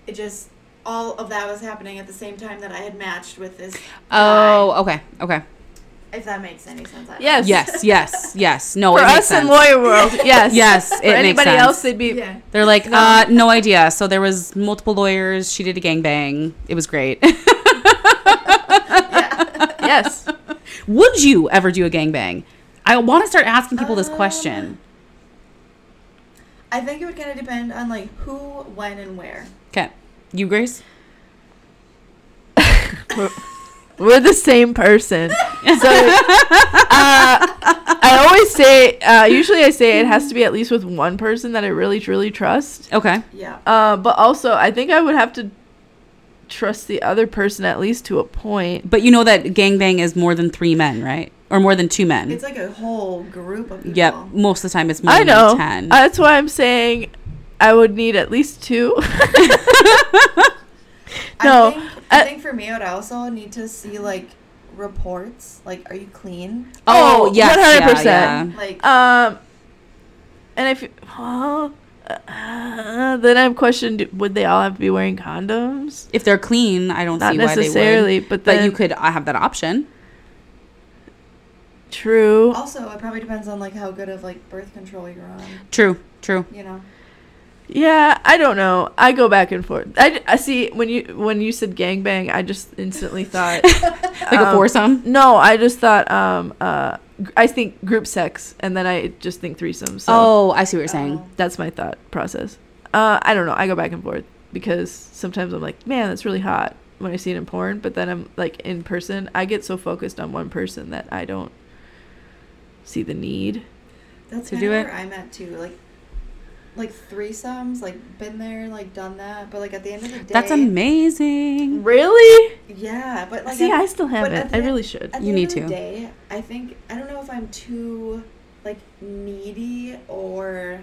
it just all of that was happening at the same time that i had matched with this
Oh, okay, okay.
guy, if that makes any sense I don't
Yes.
Yes, yes, yes. No,
For
Oh, it
us
makes
in
sense.
lawyer world, yes.
Yes, it
For anybody
makes sense.
else, they'd be.
know. yeah
They're like, uh, no idea. So there was multiple lawyers. She did a gangbang. It was great.
Yes.
Would you ever do a gangbang? I want to start asking people this question.
Uh.
i think it would kind of depend on like who when and where
Okay, you, Grace.
We're the same person. So uh, I always say, uh, usually I say it has to be at least with one person that I really, truly trust.
Okay.
Yeah.
Uh, but also, I think I would have to trust the other person at least to a point.
But you know that gangbang is more than three men, right? Or more than two men.
It's like a whole group of people.
yep. Most of the time it's more
I
than
know.
ten.
That's why I'm saying I would need at least two. No,
I think, I
uh,
think for me, I would also need to see like reports. Like, are you clean?
oh,
Oh,
yes, yeah.
100%.
Yeah, Oh.
Like,
Um, and if well, uh, then I'm questioned: Would they all have to be wearing condoms?
If they're clean, I don't
Not
see why they would.
necessarily, but
But
then
you could uh, have that option.
True.
also, it probably depends on like how good of like birth control you're on.
True. True.
You know.
Yeah, I don't know. I go back and forth. I, d- I see when you when you said gangbang, I just instantly thought
Like a
um,
foursome.
No, I just thought um uh gr- I think group sex, and then I just think threesome. So
oh, I see what you're saying.
Oh.
that's my thought process. Uh, I don't know. I go back and forth because sometimes I'm like, man, that's really hot when I see it in porn, but then I'm like in person, I get so focused on one person that I don't see the need.
That's
To
kind
do
of
it?
where I'm at too. Like, like threesomes, like been there, like done that, but like at the end of the day,
That's amazing.
Really?
Yeah, but like
see,
at,
I still
at
haven't.
the
I
end-
really should.
at the
you
end
need
of the
to.
day, I think I don't know if I'm too like needy or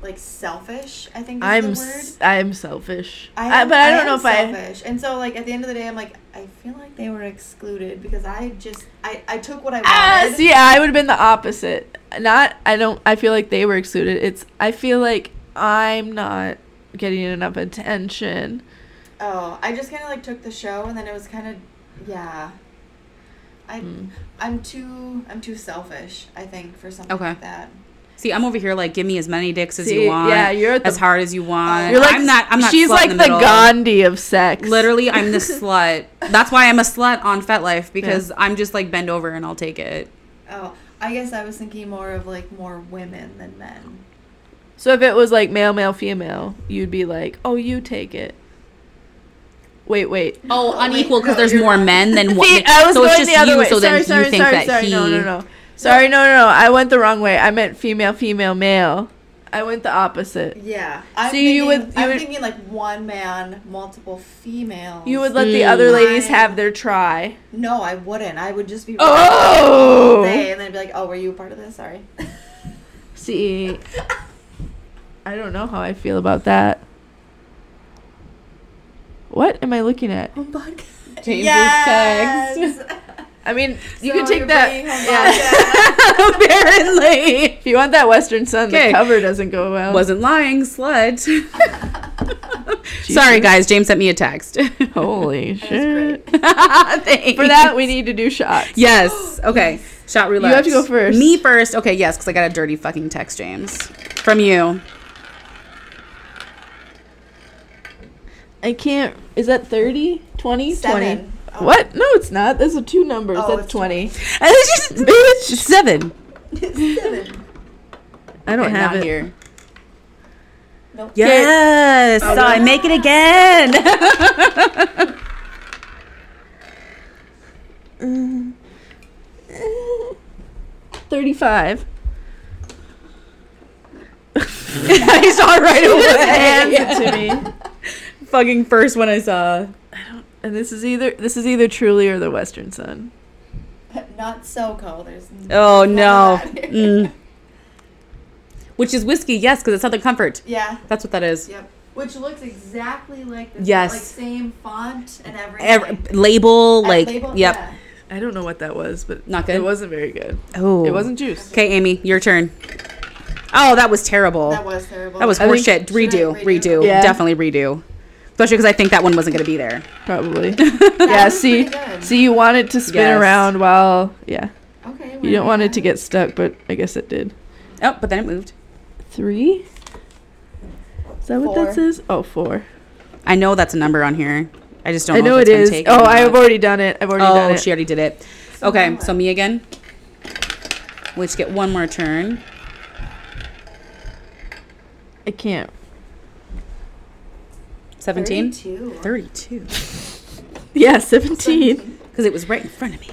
like selfish. I think is
I'm
the word.
s- I'm selfish. I,
am-
but I don't
am
know if
selfish. And so, like at the end of the day, I'm like, I feel like they were excluded because I just I I took what I wanted.
I. Ah, see, I would have been the opposite. Not I don't. I feel like they were excluded. It's I feel like I'm not getting enough attention.
Oh, I just kind of like took the show, and then it was kind of, yeah. I,
Mm.
Mm.
I'm too, I'm too selfish. I think for something
Okay.
like that.
See, I'm over here like, give me as many dicks as
See,
you want.
yeah, you're at
as
the-
hard as you want.
You're like
I'm not. I'm not.
She's
slut
like
in
the,
the, middle.
Gandhi of sex.
Literally, I'm the slut. That's why I'm a slut on FetLife because I'm just like bend over and I'll take it.
Oh, I guess I was thinking more of like more women than men.
So if it was like male, male, female, you'd be like, "Oh, you take it." Wait, wait.
Oh, unequal because
no,
there's
you're
more
wrong.
men than women.
See, I was
so it's
going
just
the other
you.
way.
So
sorry,
then
sorry,
you think
sorry,
that
sorry.
he.
No, no, no. Sorry, no, no, no. I went the wrong way. I meant female, female, male. I went the opposite.
Yeah. I'm
So you would-
thinking-
you
I'm
would-
thinking like one man, multiple females.
You would let the other
Mm.
ladies
I-
have their try.
No, I wouldn't. I would just be.
Oh!
They and then be like, oh, were you a part of this? Sorry.
See, I don't know how I feel about that. What am I looking at?
James's
I mean, you
So
can take
you're bringing home
that.
vodka.
Yeah. Apparently, if you want that Western Sun,
Okay.
the cover doesn't go well.
Wasn't lying, slut. Sorry, guys. James sent me a text.
Holy shit!
Thanks.
For that, we need to do shots.
Yes. Okay. Shot roulette.
have to go first.
Me first. Okay. Yes, because I got a dirty fucking text, James, from you.
I can't. Is that 30? 20?
Seven.
20.
Oh.
What? No, it's not. Those are two numbers.
Oh,
That's
it's
20.
Bitch. Seven.
Seven.
I don't
Okay,
have
not
it.
here.
Nope.
Yes.
Oh,
So I make it again.
Thirty-five.
I saw it right away.
Hands it to me.
Fucking first one I saw.
And this is either this is either Truly or the Western Sun.
Not SoCo. There's.
Oh no. Mm. Which is whiskey, yes, because it's Southern Comfort.
Yeah.
That's what that is.
Yep. Which looks exactly like this.
Yes.
Like same font and everything.
Every, label,
Uh,
like,
label-
yep.
yeah.
I don't know what that was, but
Not good?
It wasn't very good.
Oh,
It wasn't juice.
Okay, Amy, your turn. Oh, that was terrible.
That was terrible.
That was
I think-
horseshit.
Should I
Redo,
redo?
redo,
Yeah.
definitely redo. Especially because I think that one wasn't going to be there.
Probably.
That
yeah.
was
See,
pretty good.
see, you want it to spin
Yes.
around while yeah.
Okay.
You
well,
don't want it to
yeah.
get stuck, but I guess it did.
Oh, but then it moved.
Three. Is that what
Four.
that says? Oh, four.
I know that's a number on here. I just don't
I
know,
know
if
it
it's been
is.
taken or
Oh,
not.
I've already done it. I've already done
Oh,
it.
she already did it. Okay, so me again. We just get one more turn.
I can't.
17?
32.
32.
Yeah, seventeen.
because it was right in front of me.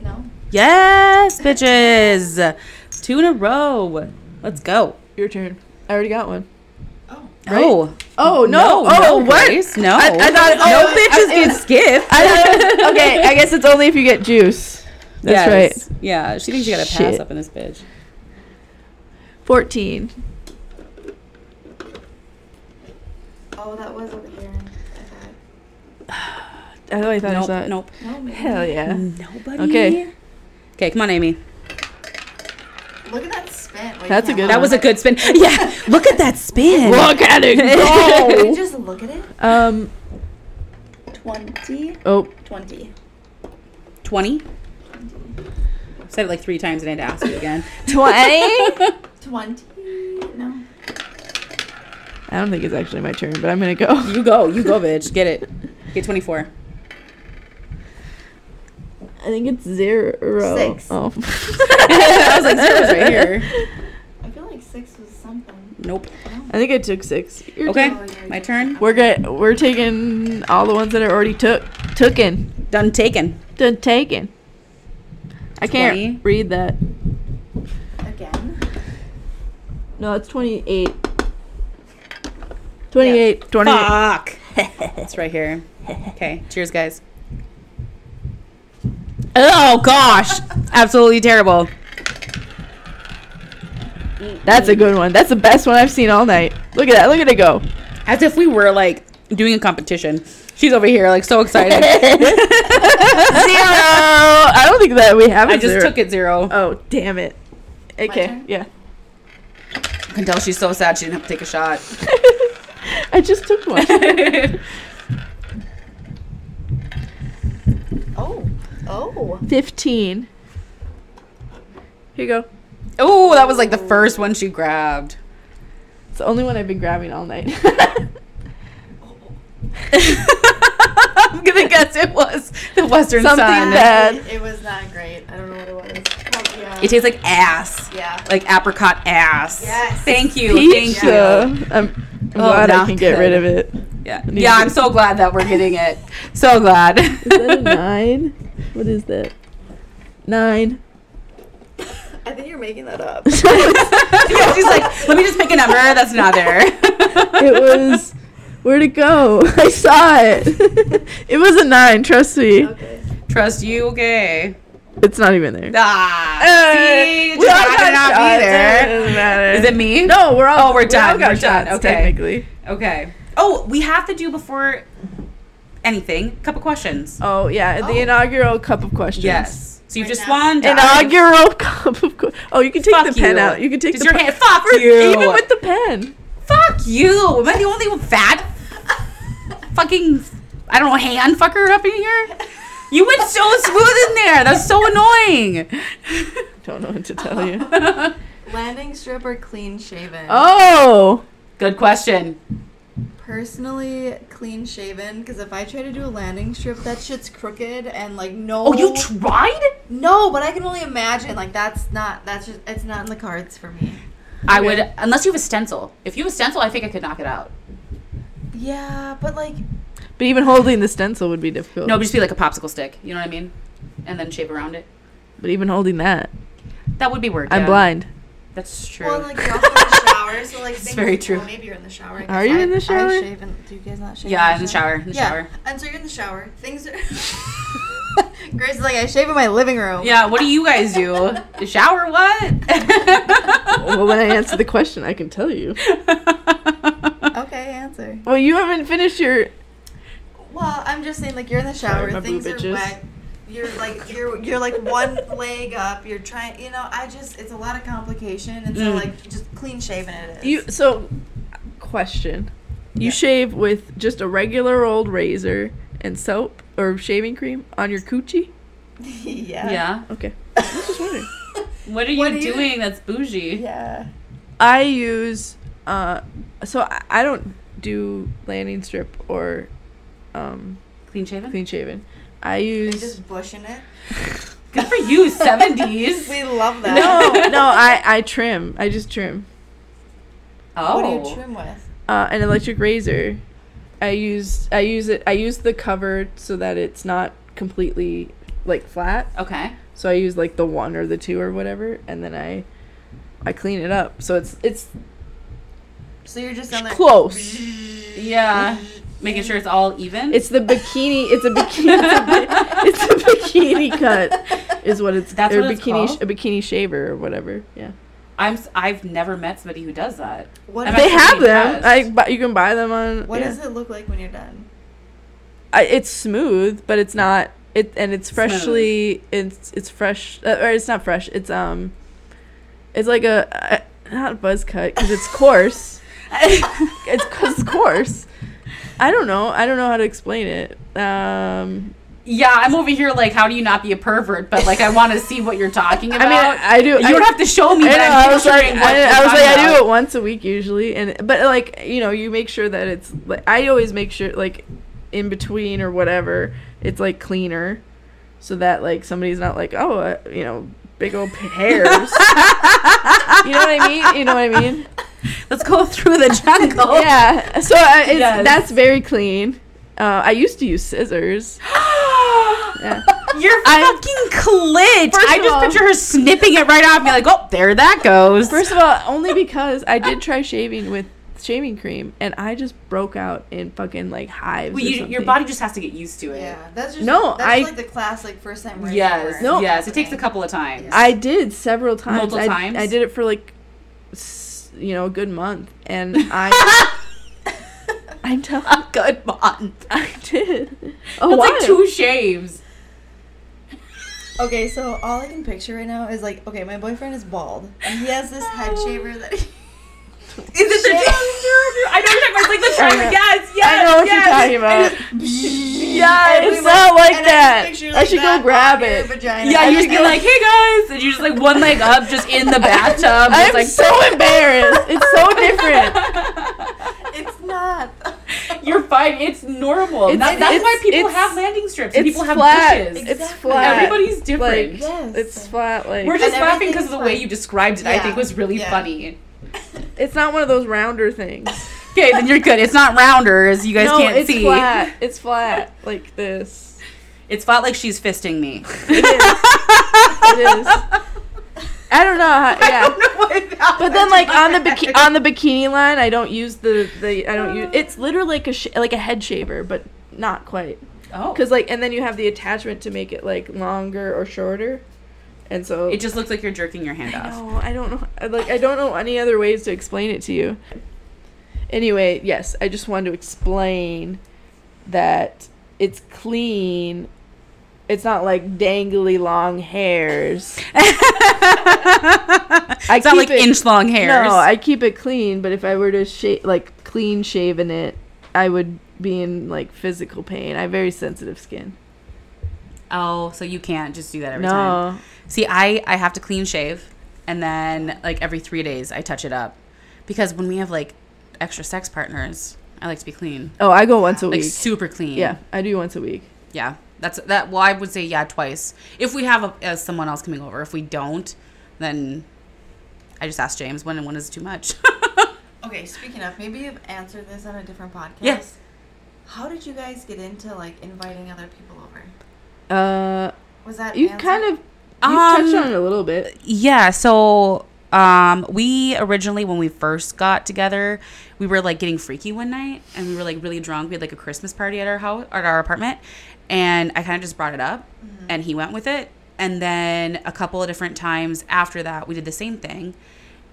No.
Yes, bitches. Two in a row. Let's go.
Your turn. I already got one.
Oh.
Oh.
Oh no! oh what?
Grace, no.
I, I thought.
no
Oh,
bitches
I-
get skipped.
I thought it was- okay, I guess it's only if you get juice. That's right.
Yeah, she thinks you got to pass
Shit.
up in this bitch.
Fourteen.
Oh, that was over here. I
I thought I thought it was
Nope.
that.
Nope.
thought. No, maybe.
Hell yeah.
Nobody.
Okay.
Okay, come on, Amy.
Look at that spin. Wait,
That's a
camera.
good
That was a good spin. Yeah, look at that spin.
Look at it
Did you
go.
just look at it?
um.
20.
Oh.
20.
20. Said it like three times and I had to ask you again.
Twenty.
20. No.
I don't think it's actually my turn, but I'm gonna go.
You go, you go, bitch. Get it. Get 24.
I think it's zero.
Six.
Oh.
I was like, zero's right here.
I feel like 6 was something. Oh,
Nope.
I think I took six. Your
Okay,
turn.
my turn.
We're good. We're taking all the ones that I already took. Tooken.
Done taken.
Done taken. I can't
20.
read that.
Again.
No, it's 28. 28. 28.
Fuck. it's right here. Okay, cheers, guys. Oh, gosh. Absolutely terrible.
That's a good one. That's the best one I've seen all night. Look at that. Look at it go.
As if we were like doing a competition. She's over here, like, so excited.
Zero. I don't think that we have a
I just
zero.
took it zero.
Oh, damn it. Okay.
turn?
Yeah.
I can tell she's so sad she didn't have to take a shot.
I just took one.
Oh. Oh.
15. Here you go.
Oh, that was like the first one she grabbed.
It's the only one I've been grabbing all night.
I'm gonna guess it was the Western
Something
Sun.
that-
It,
Bad.
it was not great. I don't know what it was. Probably, yeah.
it tastes like ass,
yeah.
like apricot ass.
Yes.
Thank you. Thank you.
Pizza. I'm, I'm
Oh,
glad I
not
can get
good.
rid of it.
Yeah.
need
Yeah.
to-
I'm so glad that we're getting it. So glad.
Is that a nine? What is that? Nine.
I think you're making that up.
Yeah, she's like, let me just pick a number that's not there.
It was. Where'd it go? I saw it. it was a nine. Trust me.
Okay.
Trust you. Okay.
It's not even there.
Ah.
Uh,
see,
we
just
all
had it
got
not
shots.
be there.
It doesn't matter.
Is it me?
No, we're all.
Oh, we're
We all
done.
got
We're done.
shots,
Okay.
Technically.
Okay. Oh, we have to do before anything. A couple questions.
Oh yeah, the
Oh.
inaugural cup of questions.
Yes. So you
Right
just
now?
won.
Inaugural cup of. Que- oh, you can take
Fuck
the pen
you.
out. You can take
Just
the
your
pen-
hand. Fuck
We're-
you.
Even with the pen.
Fuck you. Am I the only one fat? Fucking, I don't know, hand fucker up in here? You went so smooth in there. That's so annoying.
Don't know what to tell you.
Landing strip or clean shaven?
Oh.
Good question.
Personally, clean shaven because if I try to do a landing strip, that shit's crooked and like no.
Oh, you tried?
no, but I can only imagine. Like that's not. That's just. It's not in the cards for me.
I would, unless you have a stencil. If you have a stencil, I think I could knock it out.
Yeah, but like
But even holding the stencil would be difficult.
No, but just be like a popsicle stick. You know what I mean? And then shape around it.
But even holding that,
That would be work.
I'm
yeah.
blind.
That's true.
Well, like you're also in the shower, so like things-
very true.
Well, maybe you're in the shower. I
Are
guess.
you
I-
in the shower?
I shave in, do you guys not shave?
yeah, in the shower. In the
yeah,
shower.
and so you're in the shower. Things are. Grace is like, I shave in my living room.
Yeah, what do you guys do? shower
well, when I
what?
answer the question, I can tell you.
Okay, answer.
Well, you haven't finished your.
Well, I'm just saying, like you're in the shower,
Sorry, my
things
boob
are
itches.
wet. You're like you're you're like one leg up. You're trying, you know. I just it's a lot of complication, and so
Mm.
like just clean shaven it is.
You so, question. You shave with just a regular old razor and soap or shaving cream on your coochie?
yeah.
Yeah.
Okay. I was just wondering.
What are you
What do you-
doing that's bougie?
Yeah.
I use uh, so I, I don't do landing strip or um
Clean shaven?
clean shaven. I
You're
use
just bushing it.
Good for you, 70s.
We love that.
no no I I trim. I just trim.
Oh.
Oh.
What do you trim with?
Uh, an electric razor. I used I use it I use the cover so that it's not completely like flat.
Okay.
So I use like the one or the two or whatever, and then I I clean it up. So it's it's
So you're just on there.
close.
Yeah. Making sure it's all even.
It's the bikini. It's a bikini. It's a, bi- it's a bikini cut, is what it's.
That's
or
what it's
bikini
called?
a bikini shaver or whatever. Yeah,
I'm. s- I've never met somebody who does that.
What,
I'm
does-
they
actually
have
pretty
them.
impressed.
I but you can buy them on.
What
yeah.
does it look like when you're done?
I, it's smooth, but it's not. It and it's freshly. It's it's fresh uh, or it's not fresh. It's um, it's like a uh, not a buzz cut because it's coarse. it's 'cause it's coarse. I don't know. I don't know how to explain it. Um,
Yeah, I'm over here like, how do you not be a pervert? But like, I want to see what you're talking
I
about.
mean, I, I do.
you don't have to show me.
I,
but
know,
I'm
I was like,
picturing what
I, I
you're
was like,
talking
I
about.
do it once a week usually, and but like you know, you make sure that it's like I always make sure like in between or whatever, it's like cleaner, so that like somebody's not like oh uh, you know big old hairs. you know what I mean? You know what I mean?
Let's go through the jungle.
Yeah. So uh, it's,
Yes.
that's very clean. Uh, I used to use scissors. Yeah.
You're
I-
fucking clit.
First
I
of
just
all-
picture her snipping it right off, and be like, oh, there that goes.
First of all, only because I did try shaving with shaving cream, and I just broke out in fucking like hives.
Well,
or
you, your
something.
body just has to get used to it.
Yeah, that's just
No,
That's
I-
like the classic first time. wearing
Yes.
underwear.
No.
Yes. It takes a couple of times.
Yeah.
I did several times.
Multiple
I,
times?
I did it for like, s- you know, a good month, and I. I'm telling.
Good month.
I did. Oh,
It's
why?
like two shaves.
Okay, so
So all I can picture right now is like, okay, my boyfriend is bald, and he has this head shaver that. He,
Is it the I know you're talking about it's like the
I
shaver.
know.
Yes. Yes.
I know what
yes.
you're talking about.
And
yeah,
we
it's
went-
not like
and I just
that.
picture,
I
like,
should
that
go grab
on your
it.
Vagina.
Yeah,
I
you
just
should be
go-
like, hey guys, and you're just like one leg up, just in the bathtub.
I'm
just like,
so embarrassed. It's so different.
It's not.
You're fine. It's normal.
It's-
That- that's
it's-
why people
it's-
have landing strips. and
It's
people have
flat.
bushes.
It's
Exactly.
flat.
Everybody's different.
Like,
Yes.
It's flat. Like
We're just
And
laughing because of
everything's
the way
fine.
you described it. I
Yeah.
think was really
Yeah.
funny.
it's not one of those rounder things.
Okay, then you're good. It's not rounders. You guys
no,
can't
it's
see.
flat. It's flat like this.
It's flat like she's fisting me.
It is. it is. I don't know. How, yeah. But then, like on the biki- on the bikini line, I don't use the, the I don't use. It's literally like a sh- like a head shaver, but not quite.
oh,
Cause like, and then you have the attachment to make it like longer or shorter, and so
it just looks like you're jerking your hand off.
no, I don't know. I- Like, I don't know any other ways to explain it to you. Anyway, yes, I just wanted to explain that it's clean. It's not like dangly long hairs. I
It's not
keep
like
it-
inch long hairs.
No, I keep it clean. But if I were to shave, like clean shaven it, I would be in like physical pain. I have very sensitive skin.
oh, so you can't just do that every
no,
time. See, I I have to clean shave, and then like every three days I touch it up, because when we have like extra sex partners, I like to be clean,
oh, I go once a
like
week.
super clean.
yeah, I do once a week.
yeah. That's that. Well, I would say yeah twice. If we have a, uh, someone else coming over, if we don't, then I just ask James when and when is too much.
Okay, speaking of, maybe you've answered this on a different podcast.
Yes.
How did you guys get into like inviting other people over?
Uh.
Was that
You
answered?
kind of you touched
Um,
on it a little bit.
yeah so um we originally when we first got together we were like getting freaky one night and we were like really drunk we had like a christmas party at our house at our apartment and i kind of just brought it up
Mm-hmm.
and he went with it and then a couple of different times after that we did the same thing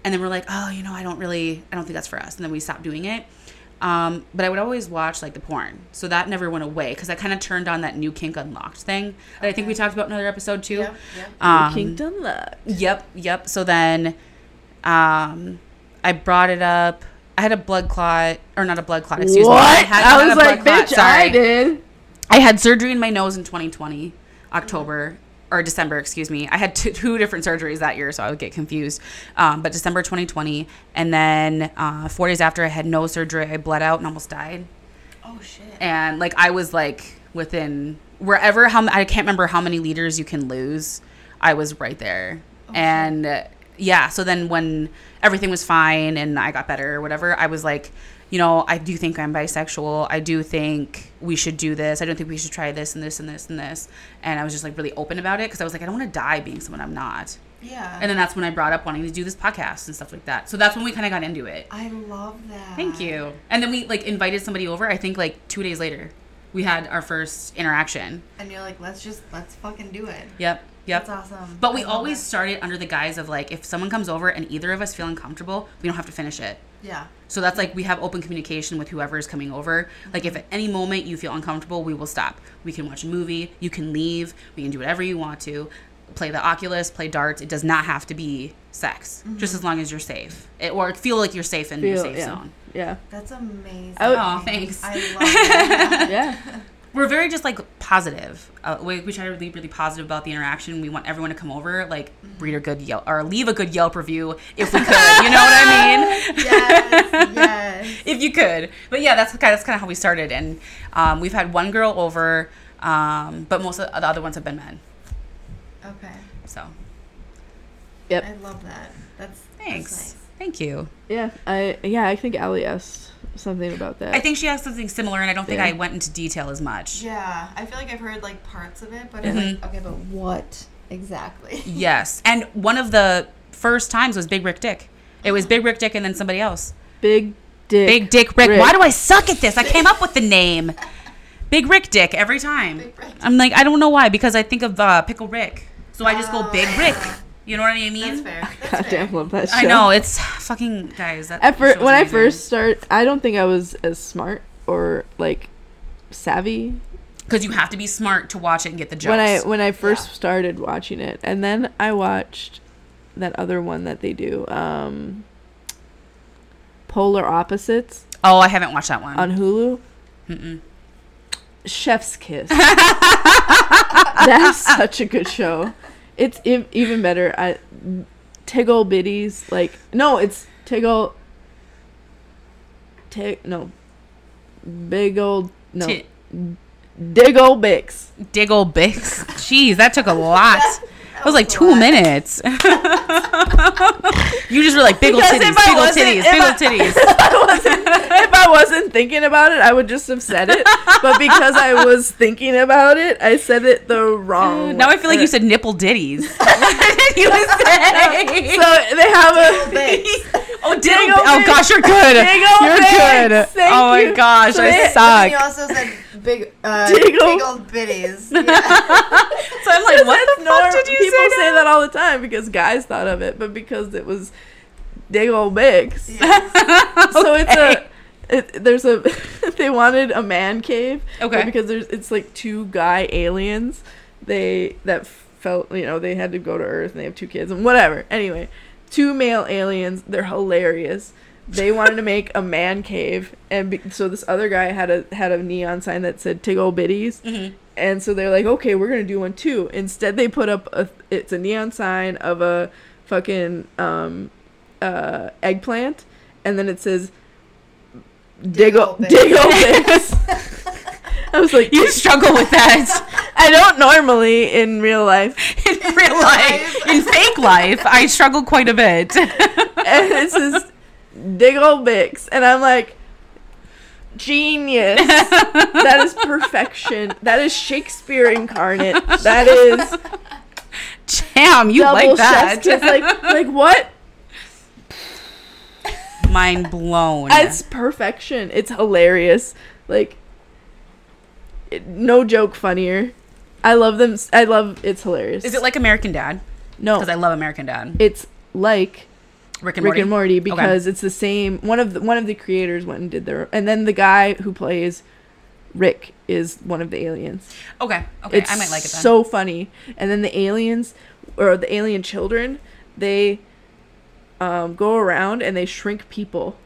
and then we're like oh you know i don't really i don't think that's for us and then we stopped doing it um, but I would always watch like the porn, so that never went away because I kind of turned on that new kink unlocked thing that I think we talked about in another episode too.
Yeah, yeah.
Um,
King Dunlap.
Yep, yep. So then um I brought it up. I had a blood clot or not a blood clot, excuse
what?
me. I, had,
I
not
was
a blood
like,
clot,
bitch,
sorry.
I did.
I had surgery in my nose in 2020, October or December, excuse me. I had two, two different surgeries that year, so I would get confused. Um, but December 2020, and then uh, four days after I had no surgery, I bled out and almost died
Oh shit.
and like I was like within wherever how m- I can't remember how many liters you can lose. I was right there, and uh, yeah. So then when everything was fine and I got better or whatever, I was like, you know, I do think I'm bisexual. I do think we should do this. I don't think we should try this and this and this and this. And I was just like really open about it because I was like, I don't want to die being someone I'm not.
Yeah.
And then that's when I brought up wanting to do this podcast and stuff like that. So that's when we kind of got into it.
I love that.
Thank you. Um, And then we like invited somebody over. I think like two days later, we had our first interaction.
And you're like, let's just let's fucking do it.
Yep. Yep.
That's awesome.
But we
I love
always started under the guise of like, if someone comes over and either of us feel uncomfortable, we don't have to finish
that.
it.
Yeah.
So that's like we have open communication with whoever is coming over. Like if at any moment you feel uncomfortable, we will stop. We can watch a movie, you can leave, we can do whatever you want to. Play the Oculus, play darts. It does not have to be sex,
Mm-hmm.
just as long as you're safe it, or feel like you're safe in your
Feel-
safe
yeah.
zone.
Yeah.
That's amazing.
I would-
Aw, Oh, thanks.
I love that.
Yeah.
We're very just like positive. Uh, we, we try to be really positive about the interaction. We want everyone to come over, like read a good Yelp or leave a good Yelp review if we could. you know what I mean?
yes. Yes.
if you could. But yeah, that's kind that's kind of how we started, and um, we've had one girl over, um, but most of the other ones have been men.
Okay.
So
I love that. That's
thanks,
That's nice.
thank you.
Yeah. I yeah, I think Allie asked something about that.
I think she asked something similar, and I don't think
Yeah.
I went into detail as much.
Yeah, I feel like I've heard like parts of it, but
Mhm.
it's like okay, but what exactly?
Yes, and one of the first times was Big Rick Dick. It was Big Rick Dick, and then somebody else.
Big dick.
Big Dick Rick.
Rick.
Why do I suck at this? I came up with the name. Big Rick Dick every time.
Big Rick.
I'm like, I don't know why, because I think of uh, Pickle Rick. Um, So I just go
Oh,
Big Rick.
yeah.
You know what I mean?
That's fair. That's
God damn,
fair.
love that show.
I know it's fucking guys. That
At fir-
show's
when I
amazing.
first started, I don't think I was as smart or like savvy
because you have to be smart to watch it and get the jokes.
when I when I first
Yeah.
started watching it, and then I watched that other one that they do, um, Polar Opposites
oh, I haven't watched that one.
on Hulu.
Mm-mm.
Chef's Kiss. That's such a good show. It's ev- even better. I Tiggle Biddies like no, it's Tiggle. Tig no, big old no
T-
Diggle Bix.
Diggle Bix. Jeez, that took a lot. That was like
was a
two
lot.
minutes. you just were like big old
Because
titties,
if I
big old
wasn't-
titties,
if
big
I-
old titties.
if I wasn't thinking about it, I would just have said it. But because I was thinking about it, I said it the wrong.
now I
way.
feel like you said nipple ditties. What did you say?
So they have a.
oh, diddle.
Diggle
Oh
Bix.
gosh, you're good.
Diggle
you're
Bix.
good.
Thank
oh my
you.
gosh,
So
I
they-
And you
suck.
also said big uh,
Diggle.
big old bitties. Yeah.
So I'm like, what the
Nor-
fuck did you
people
say?
say that all the time because guys thought of it, but because it was Dig Old Bix.
yes.
So it's
Okay.
a. It, there's a. they wanted a man cave. but
Okay.
Because there's it's like two guy aliens. They that felt you know they had to go to Earth and they have two kids and whatever. Anyway, two male aliens. They're hilarious. They wanted to make a man cave, and be, so this other guy had a had a neon sign that said "Tiggle Bitties,"
Mm-hmm.
and so they're like, okay, we're gonna do one too. Instead, they put up a it's a neon sign of a fucking um uh eggplant, and then it says diggle
Diggle
diggle,
bits."
bits." I was like,
You struggle with that.
I don't normally in real life,
in real life, in fake life, I struggle quite a bit.
and it says diggle bix, and I'm like. Genius. that is perfection. That is Shakespeare incarnate. That is
Damn, you like that?
chef's kiss. Like, like what?
Mind blown.
It's perfection. It's hilarious. Like, it, no joke funnier. I love them. s- I love. It's hilarious.
Is it like American Dad?
no?
Because I love American Dad.
it's like
Rick and
Rick
Morty.
and Morty because it's the same. One of the, one of the creators went and did their, and then the guy who plays Rick is one of the aliens.
okay, okay,
it's
I might like it then.
so funny. And then the aliens or the alien children, they um, go around and they shrink people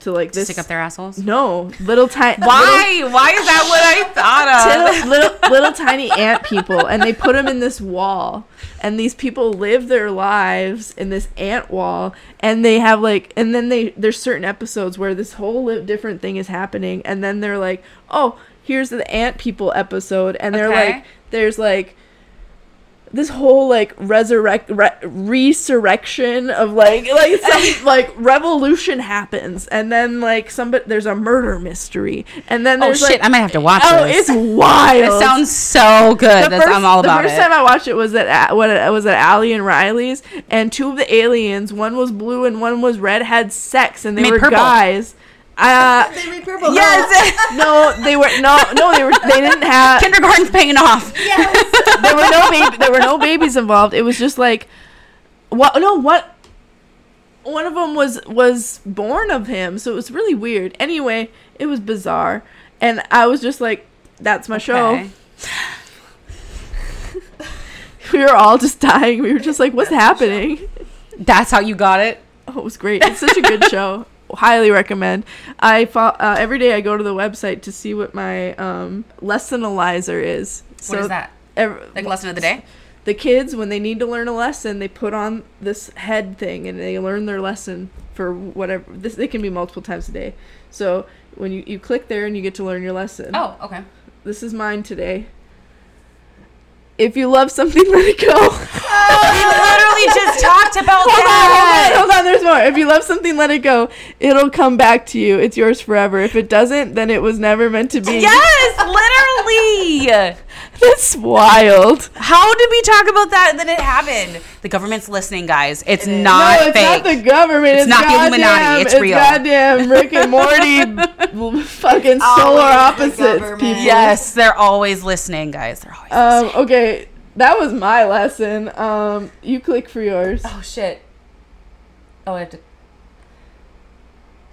to like this.
stick up their assholes.
No, little tiny.
Why? Why is that what I thought of?
Little, little, little tiny ant people, and they put them in this wall, and these people live their lives in this ant wall, and they have like, and then they there's certain episodes where this whole li- different thing is happening, and then they're like, oh, here's the ant people episode, and they're
Okay.
like, there's like this whole like resurrect re- resurrection of like like some like revolution happens and then like somebody there's a murder mystery and then
Oh
there's
shit!
like
I might have to watch
oh
this.
it's wild.
It sounds so good.
The
That's I'm all about
the first
it.
time I watched it was at what it was at Allie and Riley's, and two of the aliens, one was blue and one was red, had sex, and they
Made
were
purple.
guys. Uh,
They repurple.
yes, no, they were no, no, they were they didn't have
Kindergarten's paying off.
Yes.
there were no baby, there were no babies involved. It was just like what no what one of them was was born of him, so it was really weird. Anyway, it was bizarre, and I was just like, "That's my show."
Okay.
We were all just dying. We were just like, "What's happening?"
That's how you got it.
Oh, it was great. It's such a good show. Highly recommend. I fo- uh, every day I go to the website to see what my um, lessonalizer is. So
what is that?
ev-
Like lesson of the day?
the kids when they need to learn a lesson they put on this head thing and they learn their lesson for whatever this it can be multiple times a day so when you, you click there and you get to learn your lesson
Oh, okay.
this is mine today if you love something let it go
literally just talked about
Hold on, hold on, hold on, there's more. If you love something, let it go. It'll come back to you. It's yours forever. If it doesn't, then it was never meant to be.
Yes, literally.
That's wild.
How did we talk about that? And then it happened. The government's listening, guys. It's not
no, it's
fake.
not the government. It's,
not the Illuminati,
goddamn-
it's real.
goddamn Rick and Morty fucking solar
Always the
opposites,
government.
people.
yes, they're always listening, guys. They're always.
Um, okay, that was my lesson. Um, you click for yours.
oh shit. Oh, I have to.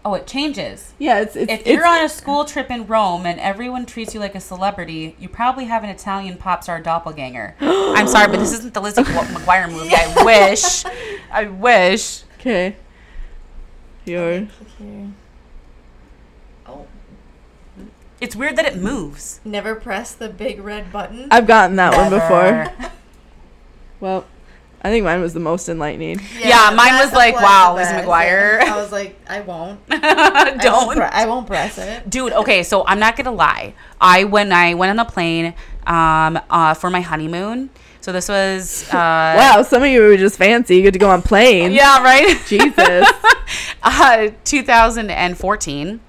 Oh, it changes.
Yeah, it's it's,
If
it's
you're on a school trip in Rome and everyone treats you like a celebrity, you probably have an Italian pop star doppelganger. I'm sorry, but this isn't the Lizzie McGuire movie. I wish. I wish.
okay. Yours.
Oh.
It's weird that it moves.
Never press the big red button.
Uh,
I've gotten that one
Never.
before. Well, I think mine was the most enlightening.
Yeah, mine
that
was like,
was
wow,
the
Lizzie
best.
McGuire.
I was like, I won't. I won't,
Don't.
pre- I won't press it.
Dude, okay, so I'm not gonna lie. I when I went on the plane um uh for my honeymoon. So this was uh
Wow, some of you were just fancy. You get to go on planes.
Yeah, right?
Jesus.
uh 2014.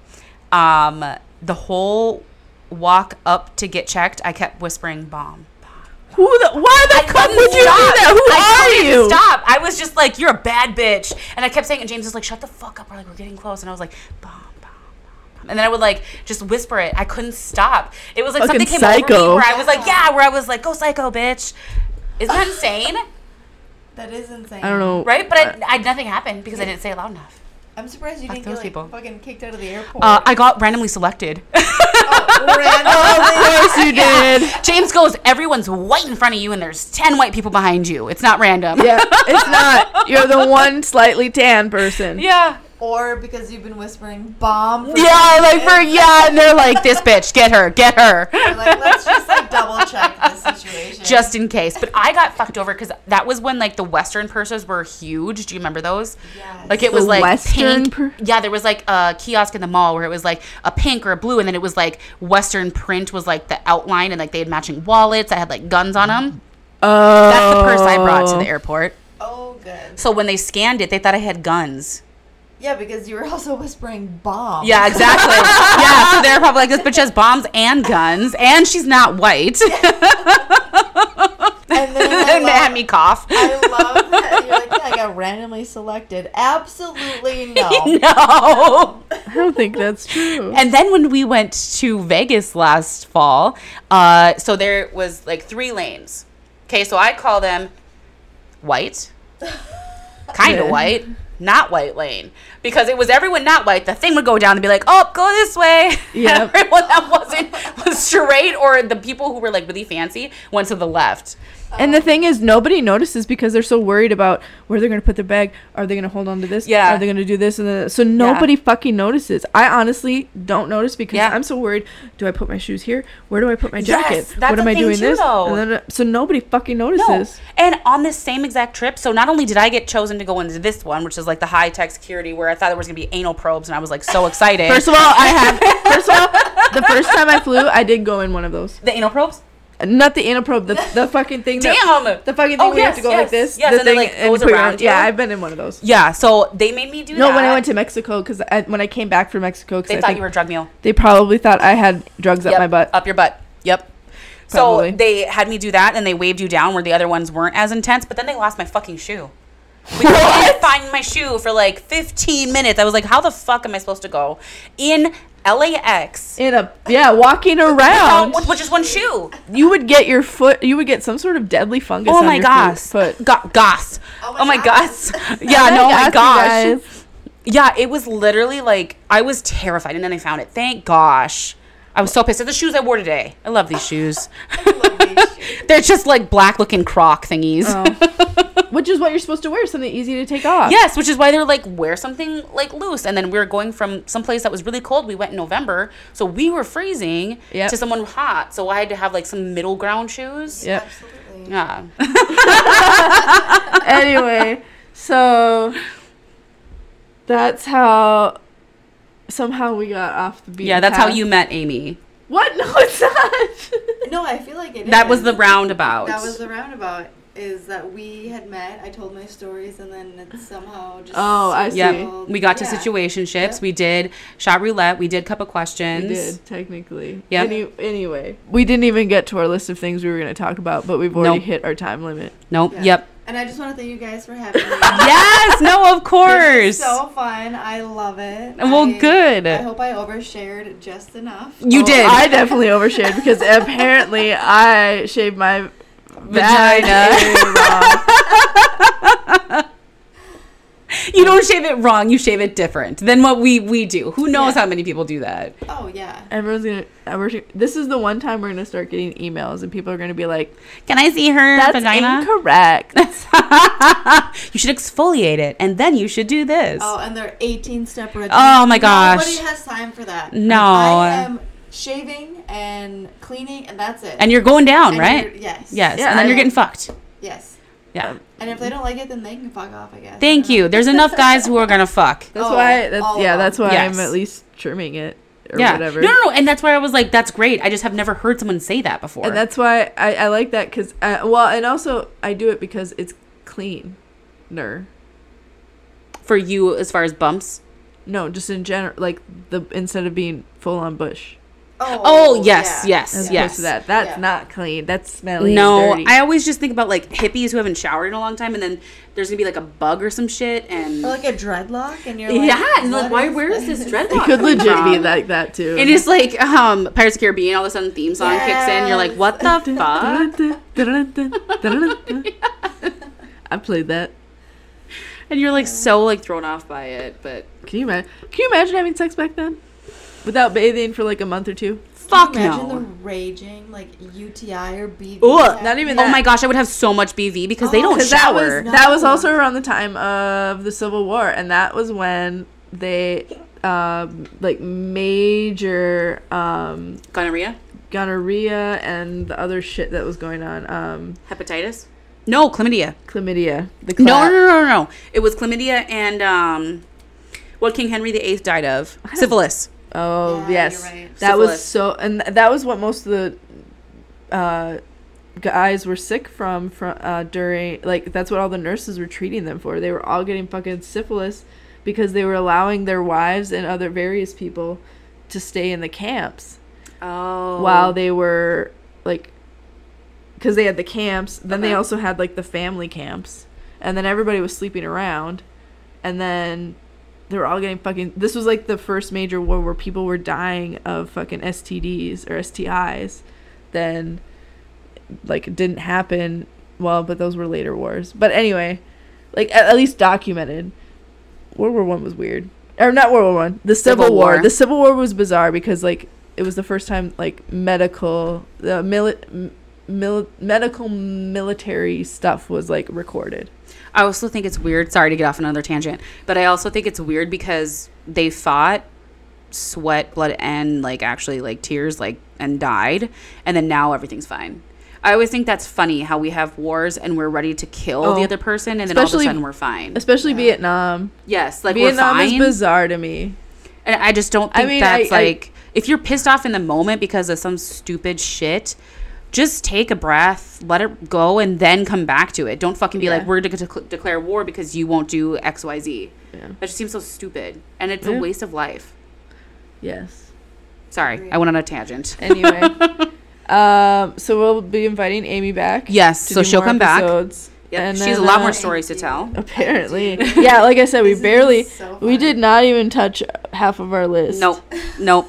Um the whole walk up to get checked, I kept whispering bomb.
Who the? Why the fuck would you do that? Who
I
are
couldn't
you?
Stop. I was just like, you're a bad bitch. And I kept saying, it, and James was like, shut the fuck up. We're like, we're getting close. And I was like, bomb, bomb, bomb. bomb." And then I would like just whisper it. I couldn't stop. It was like
Fucking
something came over
psycho.
me where I was like, yeah, where I was like, go psycho, bitch. Isn't that insane?
That is insane.
I don't know.
Right? But I, I nothing happened because I didn't say it loud enough.
I'm surprised you didn't
those
get like,
people.
fucking kicked out of the airport.
Uh, I got randomly selected.
oh, randomly.
Of course you did.
James goes, everyone's white in front of you, and there's 10 white people behind you. It's not random.
Yeah, it's not. You're the one slightly tan person.
Yeah.
or because you've been whispering bomb. For
Yeah, like for yeah, and they're like, this bitch, get her, get her.
We're like, let's just like double check this situation.
just in case. But I got fucked over because that was when like the Western purses were huge. Do you remember those?
Yes.
Like it
The
was like
Western
pink.
pur-
yeah, there was like a kiosk in the mall where it was like a pink or a blue, and then it was like Western print was like the outline, and like they had matching wallets that had like guns on them.
Oh.
That's the purse I brought to the airport.
oh, good.
So when they scanned it, they thought I had guns.
Yeah, because you were also whispering bomb.
Yeah, exactly. yeah, so they're probably like, this bitch has bombs and guns, and she's not white.
And then I
and they had
love,
me cough.
I love that you're like, yeah, I got randomly selected. Absolutely no.
no.
I don't think that's true.
And then when we went to Vegas last fall, uh, so there was like three lanes. Okay, so I call them white, kind of
Yeah.
white, not white lane because it was everyone not white. The thing would go down and be like, "Oh, go this way." Yeah,
Yep.
everyone that wasn't was straight, or the people who were like really fancy went to the left.
And the thing is, nobody notices because they're so worried about where they're gonna put their bag. Are they gonna hold on to this?
Yeah.
Are they gonna do this and then, so nobody fucking notices. I honestly don't notice because
Yeah.
I'm so worried. Do I put my shoes here? Where do I put my jacket?
that's
what
a
am I
thing
doing
too,
this?
though.
And then, uh, so nobody fucking
No.
notices.
And on this same exact trip, so not only did I get chosen to go into this one, which is like the high tech security where I thought there was gonna be anal probes, and I was like so excited.
First of all, I have. First of all, the first time I flew, I did go in one of those.
the anal probes?
Not the anal probe, the, the fucking thing. that-
Damn.
the fucking thing
Oh,
where you have
yes,
to go
yes,
like this.
yes,
the
and it,
thing
like, goes
put your
around
arm-
you.
Yeah, I've been in one of those.
Yeah, so they made me do
No,
that.
when I went to Mexico, because when I came back from Mexico,
they
because
thought you were a drug mule.
they probably thought I had drugs up
Yep,
my butt.
Up your butt. Yep.
Probably.
So they had me do that, and they waved you down where the other ones weren't as intense. But then they lost my fucking shoe. We couldn't find my shoe for like 15 minutes. I was like, "How the fuck am I supposed to go in LAX
In a yeah, walking
without-
around,
with, with just one shoe?"
you would get your foot. You would get some sort of deadly fungus.
Oh
on
my
your
gosh!
Foot. foot.
Go- gosh!
Oh my
Oh my gosh!
gosh.
Yeah,
I
no, oh my
got you
gosh! Yeah, it was literally like I was terrified, and then I found it. Thank gosh. I was so pissed at the shoes I wore today. I love these shoes. They're just like black looking croc thingies.
guys. Which is what you're supposed to wear, something easy to take off.
Yes, which is why they're like wear something like loose. And then we were going from someplace that was really cold. We went in November, so we were freezing
Yep.
to someone hot. So I had to have like some middle ground shoes.
Yep.
Absolutely.
Yeah.
anyway, so that's how somehow we got off the beat.
yeah, that's how you met Amy.
What? No, it's not.
No, I feel like it
That was
is.
the roundabout.
That was the roundabout. Is that we had met? I told my stories, and then it somehow just.
Oh, I see.
Yep.
circled-
We got to
yeah.
situationships.
Yep.
We did shot roulette. We did couple questions.
we did technically.
Yep.
Any, anyway, we didn't even get to our list of things we were going to talk about, but we've already
Nope.
hit our time limit.
Nope.
Yeah.
Yep.
And I just want to thank you guys for having me.
yes. No. Of
It's
course.
so fun. I love it.
Well,
I-
good.
I hope I overshared just enough.
you
Oh,
did.
I definitely overshared because apparently I shaved my
Vagina.
vagina.
you don't shave it wrong. You shave it different than what we we do. Who knows
Yeah.
how many people do that?
Oh yeah.
Everyone's gonna. uh, we're- This is the one time we're gonna start getting emails, and people are gonna be like,
Can I see her
"That's
vagina?
incorrect."
you should exfoliate it, and then you should do this.
Oh, and they're 18 step regimen.
Oh, my gosh.
Nobody has time for that.
No.
I am shaving and cleaning, and that's it.
And you're going down,
And
right?
you're- Yes.
Yes.
Yeah,
and then
I-
you're getting fucked.
Yes.
Yeah.
And if they don't like it, then they can fuck off. I guess.
Thank you. There's enough guys who are gonna fuck.
That's
Oh,
why. That's
all
yeah.
of
That's
them.
why
Yes.
I'm at least trimming it or
yeah.
whatever.
No, no, no. And that's why I was like, that's great. I just have never heard someone say that before.
And that's why I, I like that because well, and also I do it because it's cleaner.
for you as far as bumps.
No, just in general, like the instead of being full on bush.
Oh,
Oh, yes,
yeah.
yes,
As opposed
yes.
to that, that's
Yeah.
not clean. That's smelly.
No,
dirty.
I always just think about like hippies who haven't showered in a long time, and then there's gonna be like a bug or some shit, and
Or like a dreadlock, and you're like,
Oh, yeah, and like
what
why? Where is this dreadlock?
it could
coming
legit be
from?
like that too.
It is like um, Pirates of the Caribbean. All of a sudden, theme song kicks in. You're like, what the fuck?
I played that.
And you're like so like thrown off by it. But
Can you imagine? Can you imagine having sex back then, without bathing for like a month or two?
Can
fuck
you imagine the
no.
raging like UTI or BV.
Ugh, not even
Oh
that.
my gosh, I would have so much BV because they
Oh,
don't
'Cause that
shower.
was that was
No.
also around the time of the Civil War, and that was when they um, like major um,
Gonorrhea,
gonorrhea and the other shit that was going on. Um,
hepatitis. No, chlamydia.
chlamydia. The
No, no,
clap.
no, no, no. It was chlamydia and um, what King Henry VIII died of? Syphilis.
Oh
Yeah,
yes,
you're right.
that was
Syphilis.
so, and th- that was what most of the uh, guys were sick from from uh, during like that's what all the nurses were treating them for. They were all getting fucking syphilis because they were allowing their wives and other various people to stay in the camps
Oh.
while they were like because they had the camps then they
Okay.
also had like the family camps and then everybody was sleeping around and then they were all getting fucking this was like the first major war where people were dying of fucking stds or stis then like it didn't happen well but those were later wars but anyway like at, at least documented world war one was weird or not world war one the civil,
Civil
war.
War.
the civil war was bizarre because like it was the first time like medical the mili- m- mil- medical military stuff was like recorded
I also think it's weird. Sorry to get off another tangent, but I also think it's weird because they fought sweat, blood, and like actually like tears, like and died, and then now everything's fine. I always think that's funny how we have wars and we're ready to kill
Oh.
the other person, and then all of a
Especially-
sudden we're fine.
especially vietnam
Yes, like
vietnam
we're
is
fine.
bizarre to me
and I just don't
I
think
mean,
that's
I- I-
like if you're pissed off in the moment because of some stupid shit. just take a breath, let it go, and then come back to it. Don't fucking be
Yeah.
like, we're going to dec- declare war because you won't do X, Y, Z.
Yeah.
That just seems so stupid. And it's
Yeah.
a waste of life.
Yes.
Sorry, I went on a tangent.
Anyway. um, so we'll be inviting Amy back.
Yes,
to
so
do
she'll
more
come back.
episodes.
Yep.
And
She has a
then,
lot
uh,
more stories to tell.
Apparently. yeah, like I said, we
This is
barely
so
we
fun.
did not even touch half of our list.
Nope. Nope.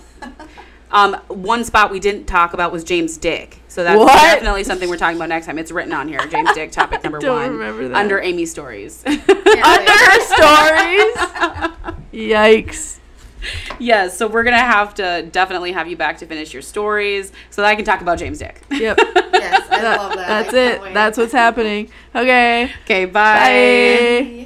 Um, one spot we didn't talk about was James Dick. So that's
What?
definitely something we're talking about next time. It's written on here. James Dick, topic number
don't
one.
remember that.
Under Amy's stories.
Under her stories. Yikes.
yes, so we're gonna have to definitely have you back to finish your stories so that I can talk about James Dick.
Yep.
Yes, I love that. I
That's
can't
it.
wait.
That's what's happening. Okay.
Okay,
Bye.
Bye.